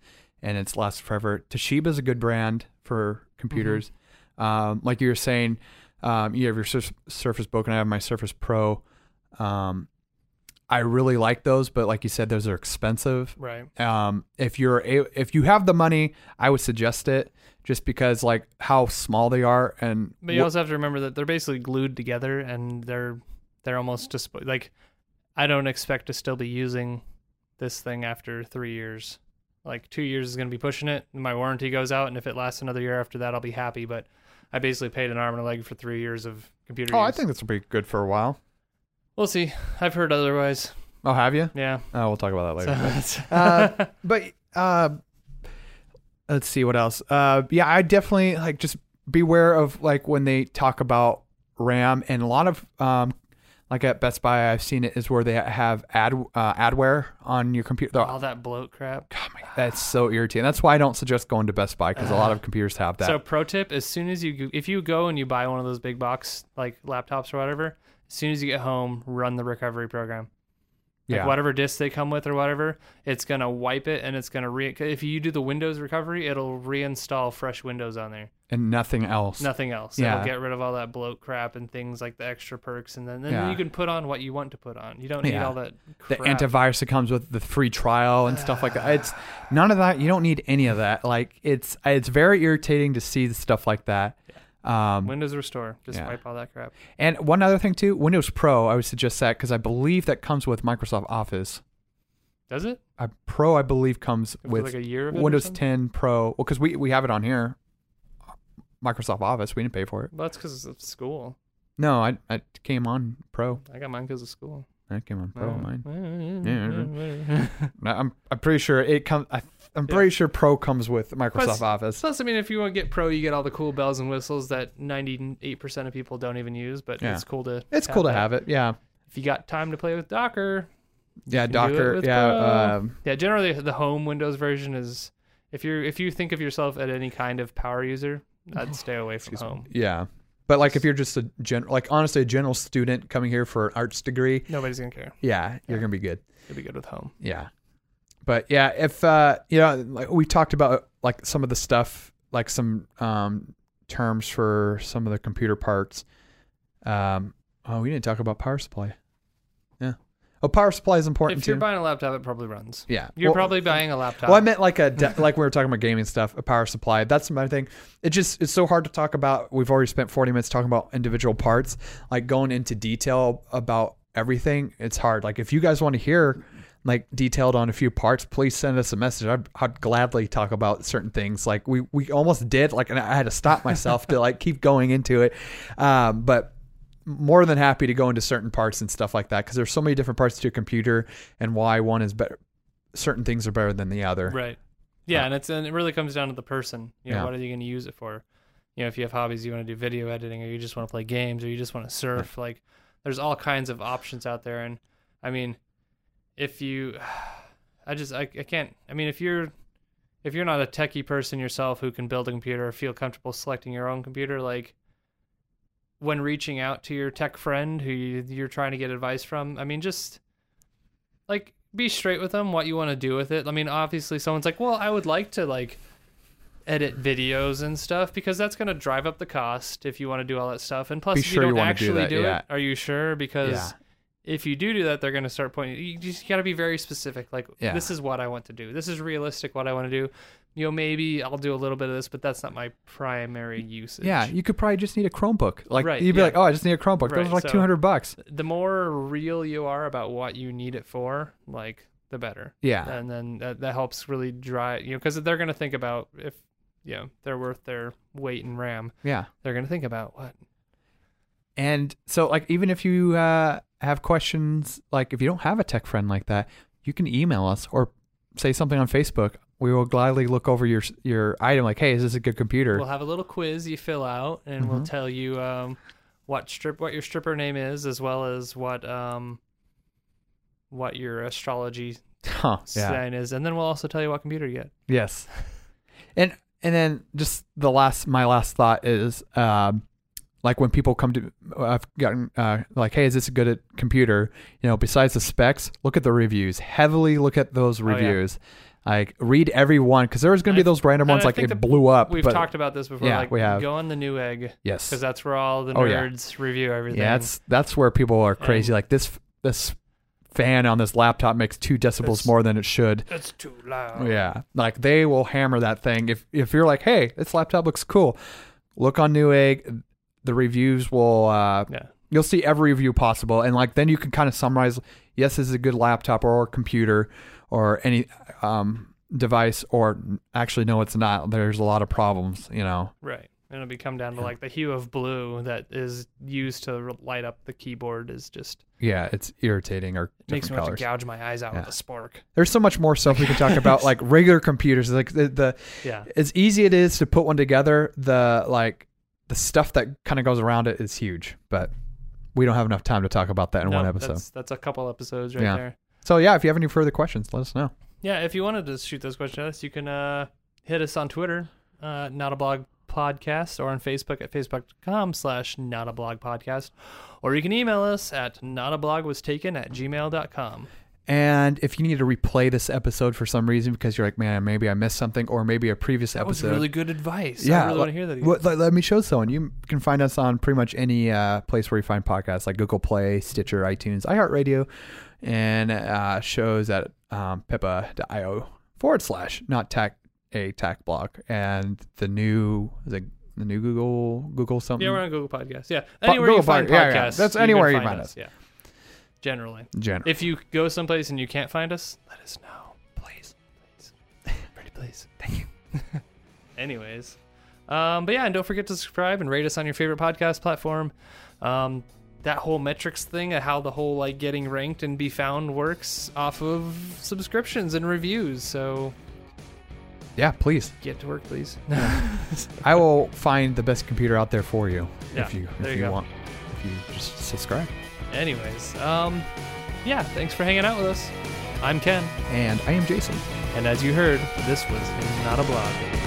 A: and it's lasted forever. Toshiba's a good brand for computers. Um, like you were saying, um, you have your Sur- Surface Book, and I have my Surface Pro. Um, I really like those, but like you said, those are expensive
B: Right.
A: um, if you're a, if you have the money, I would suggest it just because like how small they are and
B: But you
A: wh-
B: also have to remember that they're basically glued together and they're they're almost just like I don't expect to still be using this thing after 3 years. Like 2 years is going to be pushing it. My warranty goes out and if it lasts another year after that I'll be happy, but I basically paid an arm and a leg for 3 years of computer
A: oh,
B: use.
A: I think this will be good for a while.
B: We'll see. I've heard otherwise.
A: Oh, have you?
B: Yeah.
A: Oh, we'll talk about that
B: So
A: later.
B: it's-
A: Uh, but uh, let's see what else. Uh, yeah, I definitely like just beware of like when they talk about RAM and a lot of um, like at Best Buy, I've seen it is where they have ad uh, adware on your computer.
B: all that bloat crap.
A: God, my- that's so irritating. That's why I don't suggest going to Best Buy because a lot of computers have that.
B: So pro tip: as soon as you if you go and you buy one of those big box like laptops or whatever, as soon as you get home, run the recovery program. Like
A: yeah.
B: whatever disk they come with or whatever, it's gonna wipe it and it's gonna re. If you do the Windows recovery, it'll reinstall fresh Windows on there.
A: and nothing else.
B: Nothing else.
A: Yeah.
B: It'll get rid of all that bloat crap and things like the extra perks, and then, then
A: Yeah.
B: you can put on what you want to put on. You don't need
A: Yeah.
B: all that.
A: the
B: Crap.
A: antivirus that comes with the free trial and stuff like that. It's none of that. You don't need any of that. Like it's it's very irritating to see stuff like that. Um,
B: Windows Restore. Just
A: Yeah.
B: wipe all that crap.
A: and one other thing too, Windows Pro. I would suggest that because I believe that comes with Microsoft Office.
B: Does it?
A: Uh, Pro, I believe, comes
B: Is it
A: with
B: like a year of it or
A: Windows
B: something?
A: 10 Pro. Well, because we we have it on here. Microsoft Office. We didn't pay for it.
B: Well, that's because of school.
A: No, I I came on Pro.
B: I got mine because of school.
A: I came on Pro. Mine.
B: Yeah.
A: No, I'm I'm pretty sure it comes. I'm pretty sure Pro comes with Microsoft
B: Plus-
A: Office.
B: Plus, I mean, if you want to get pro, you get all the cool bells and whistles that 98% of people don't even use, but
A: Yeah.
B: it's cool to.
A: It's cool to
B: that.
A: have it. Yeah,
B: If you got time to play with Docker,
A: yeah.
B: do
A: Docker.
B: it with
A: Yeah.
B: Pro.
A: Um,
B: yeah. Generally, the home Windows version is if you're if you think of yourself at any kind of power user, I'd stay away from home.
A: yeah. But like, if you're just a general, like honestly, a general student coming here for an arts degree,
B: Nobody's gonna care.
A: yeah, you're gonna be good.
B: You'll be good with home.
A: Yeah. But yeah, if uh, you know, like we talked about like some of the stuff, like some um terms for some of the computer parts. Um. Oh, we didn't talk about power supply. Yeah. Oh, power supply is important
B: If you're
A: too.
B: buying a laptop, it probably runs.
A: yeah.
B: You're
A: Well-
B: probably buying a laptop.
A: Well, I meant like a de- like we were talking about gaming stuff, a power supply. That's my thing. It just it's so hard to talk about. We've already spent forty minutes talking about individual parts, like going into detail about everything. It's hard. Like if you guys want to hear like detailed on a few parts, please send us a message. I'd, I'd gladly talk about certain things. Like we we almost did, like, and I had to stop myself to like keep going into it. Um, but more than happy to go into certain parts and stuff like that because there's so many different parts to a computer and why one is better. Certain things are better than the other.
B: Right. Yeah, and it's and it really comes down to the person. You know,
A: Yeah.
B: what are you going to use it for? You know, if you have hobbies, you want to do video editing, or you just want to play games, or you just want to surf. Like, there's all kinds of options out there. And I mean, if you, I just I, I can't. I mean, if you're if you're not a techie person yourself who can build a computer or feel comfortable selecting your own computer, like when reaching out to your tech friend who you, you're trying to get advice from, I mean, just like be straight with them what you want to do with it. I mean, obviously, someone's like, well, I would like to like edit videos and stuff because that's going to drive up the cost if you want to do all that stuff. And plus,
A: Be
B: if
A: sure you
B: you don't
A: wanna do
B: actually do,
A: that, yeah.
B: it, are you sure? Because
A: Yeah.
B: if you do do that, they're going to start pointing. You just got to be very specific. Like,
A: Yeah.
B: this is what I want to do. This is realistic. What I want to do. You know, maybe I'll do a little bit of this, but that's not my primary usage.
A: Yeah, you could probably just need a Chromebook. Like
B: Right,
A: you'd be
B: yeah.
A: like, oh, I just need a Chromebook. Those
B: Right,
A: are like
B: so-
A: two hundred bucks.
B: The more real you are about what you need it for, like the better.
A: Yeah,
B: And then that, that helps really drive you know because they're going to think about if you know they're worth their weight in RAM.
A: yeah.
B: They're going to think about what.
A: And so, like, even if you uh, have questions, like if you don't have a tech friend like that, you can email us or say something on Facebook. We will gladly look over your your item. Like, hey, is this a good computer?
B: We'll have a little quiz you fill out, and we'll
A: Mhm.
B: tell you um, what strip what your stripper name is, as well as what um, what your astrology
A: huh? Yeah.
B: sign is, and then we'll also tell you what computer you get.
A: Yes. And and then just the last my last thought is um like when people come to I've gotten uh like hey is this a good computer you know besides the specs look at the reviews heavily look at those
B: Oh, yeah.
A: reviews like read every one because there's gonna be
B: I-
A: those random
B: and I
A: ones like
B: think
A: it
B: that
A: blew up
B: We've
A: but
B: talked about this before.
A: Yeah,
B: like
A: we have.
B: go on the new egg
A: yes
B: because that's where all the
A: Oh, yeah.
B: nerds review everything.
A: yeah that's that's where people are crazy
B: And-
A: like this this fan on this laptop makes two decibels
B: It's-
A: more than it should
B: that's too loud.
A: Oh, Yeah, like they will hammer that thing. If if you're like, hey, this laptop looks cool, look on Newegg. The reviews will, uh,
B: Yeah.
A: you'll see every review possible, and like then you can kind of summarize. Yes, this is a good laptop or computer or any um, device, or actually no, it's not. There's a lot of problems, you know.
B: Right. And it'll be come down to like the hue of blue that is used to re- light up the keyboard is just
A: Yeah, it's irritating or
B: it makes me
A: different
B: want
A: colors.
B: to gouge my eyes out
A: Yeah.
B: with a spark.
A: There's so much more stuff we can talk about, like regular computers, like the, the
B: Yeah.
A: as easy it is to put one together, the like the stuff that kind of goes around it is huge. But we don't have enough time to talk about that in
B: No,
A: one episode.
B: That's, that's a couple episodes right
A: Yeah.
B: there.
A: So yeah, if you have any further questions, let us know.
B: Yeah. If you wanted to shoot those questions at us, you can uh, hit us on Twitter, uh, not a blog podcast, or on Facebook at facebook.com slash not a blog podcast. Or you can email us at not a blog was taken at gmail.com.
A: And if you need to replay this episode for some reason because you're like, man, maybe I missed something, or maybe a previous
B: That was
A: episode.
B: really good advice.
A: yeah,
B: I really
A: let-
B: want to hear that. again.
A: Well, let, let me show someone. You can find us on pretty much any uh, place where you find podcasts, like Google Play, Stitcher, iTunes, iHeartRadio, and uh, shows at um, pippa.io forward slash not tech a tech block and the new is it the new Google Google something
B: Yeah, we're on Google Podcasts. Yeah,
A: Po-
B: anywhere
A: Google
B: you find
A: Pod- yeah, yeah.
B: podcasts,
A: That's
B: you can
A: anywhere you find us.
B: Yeah, generally,
A: general.
B: if you go someplace and you can't find us, let us know, please, please, pretty please. Thank you. Anyways, um, but yeah, and don't forget to subscribe and rate us on your favorite podcast platform. Um, that whole metrics thing, of how the whole like getting ranked and be found works off of subscriptions and reviews. So
A: yeah, please.
B: get to work, please.
A: I will find the best computer out there for you
B: Yeah,
A: if you if
B: there
A: you,
B: you go.
A: want. If you just subscribe.
B: Anyways, um, yeah, thanks for hanging out with us. I'm Ken.
A: And I am Jason.
B: And as you heard, this was not a blog.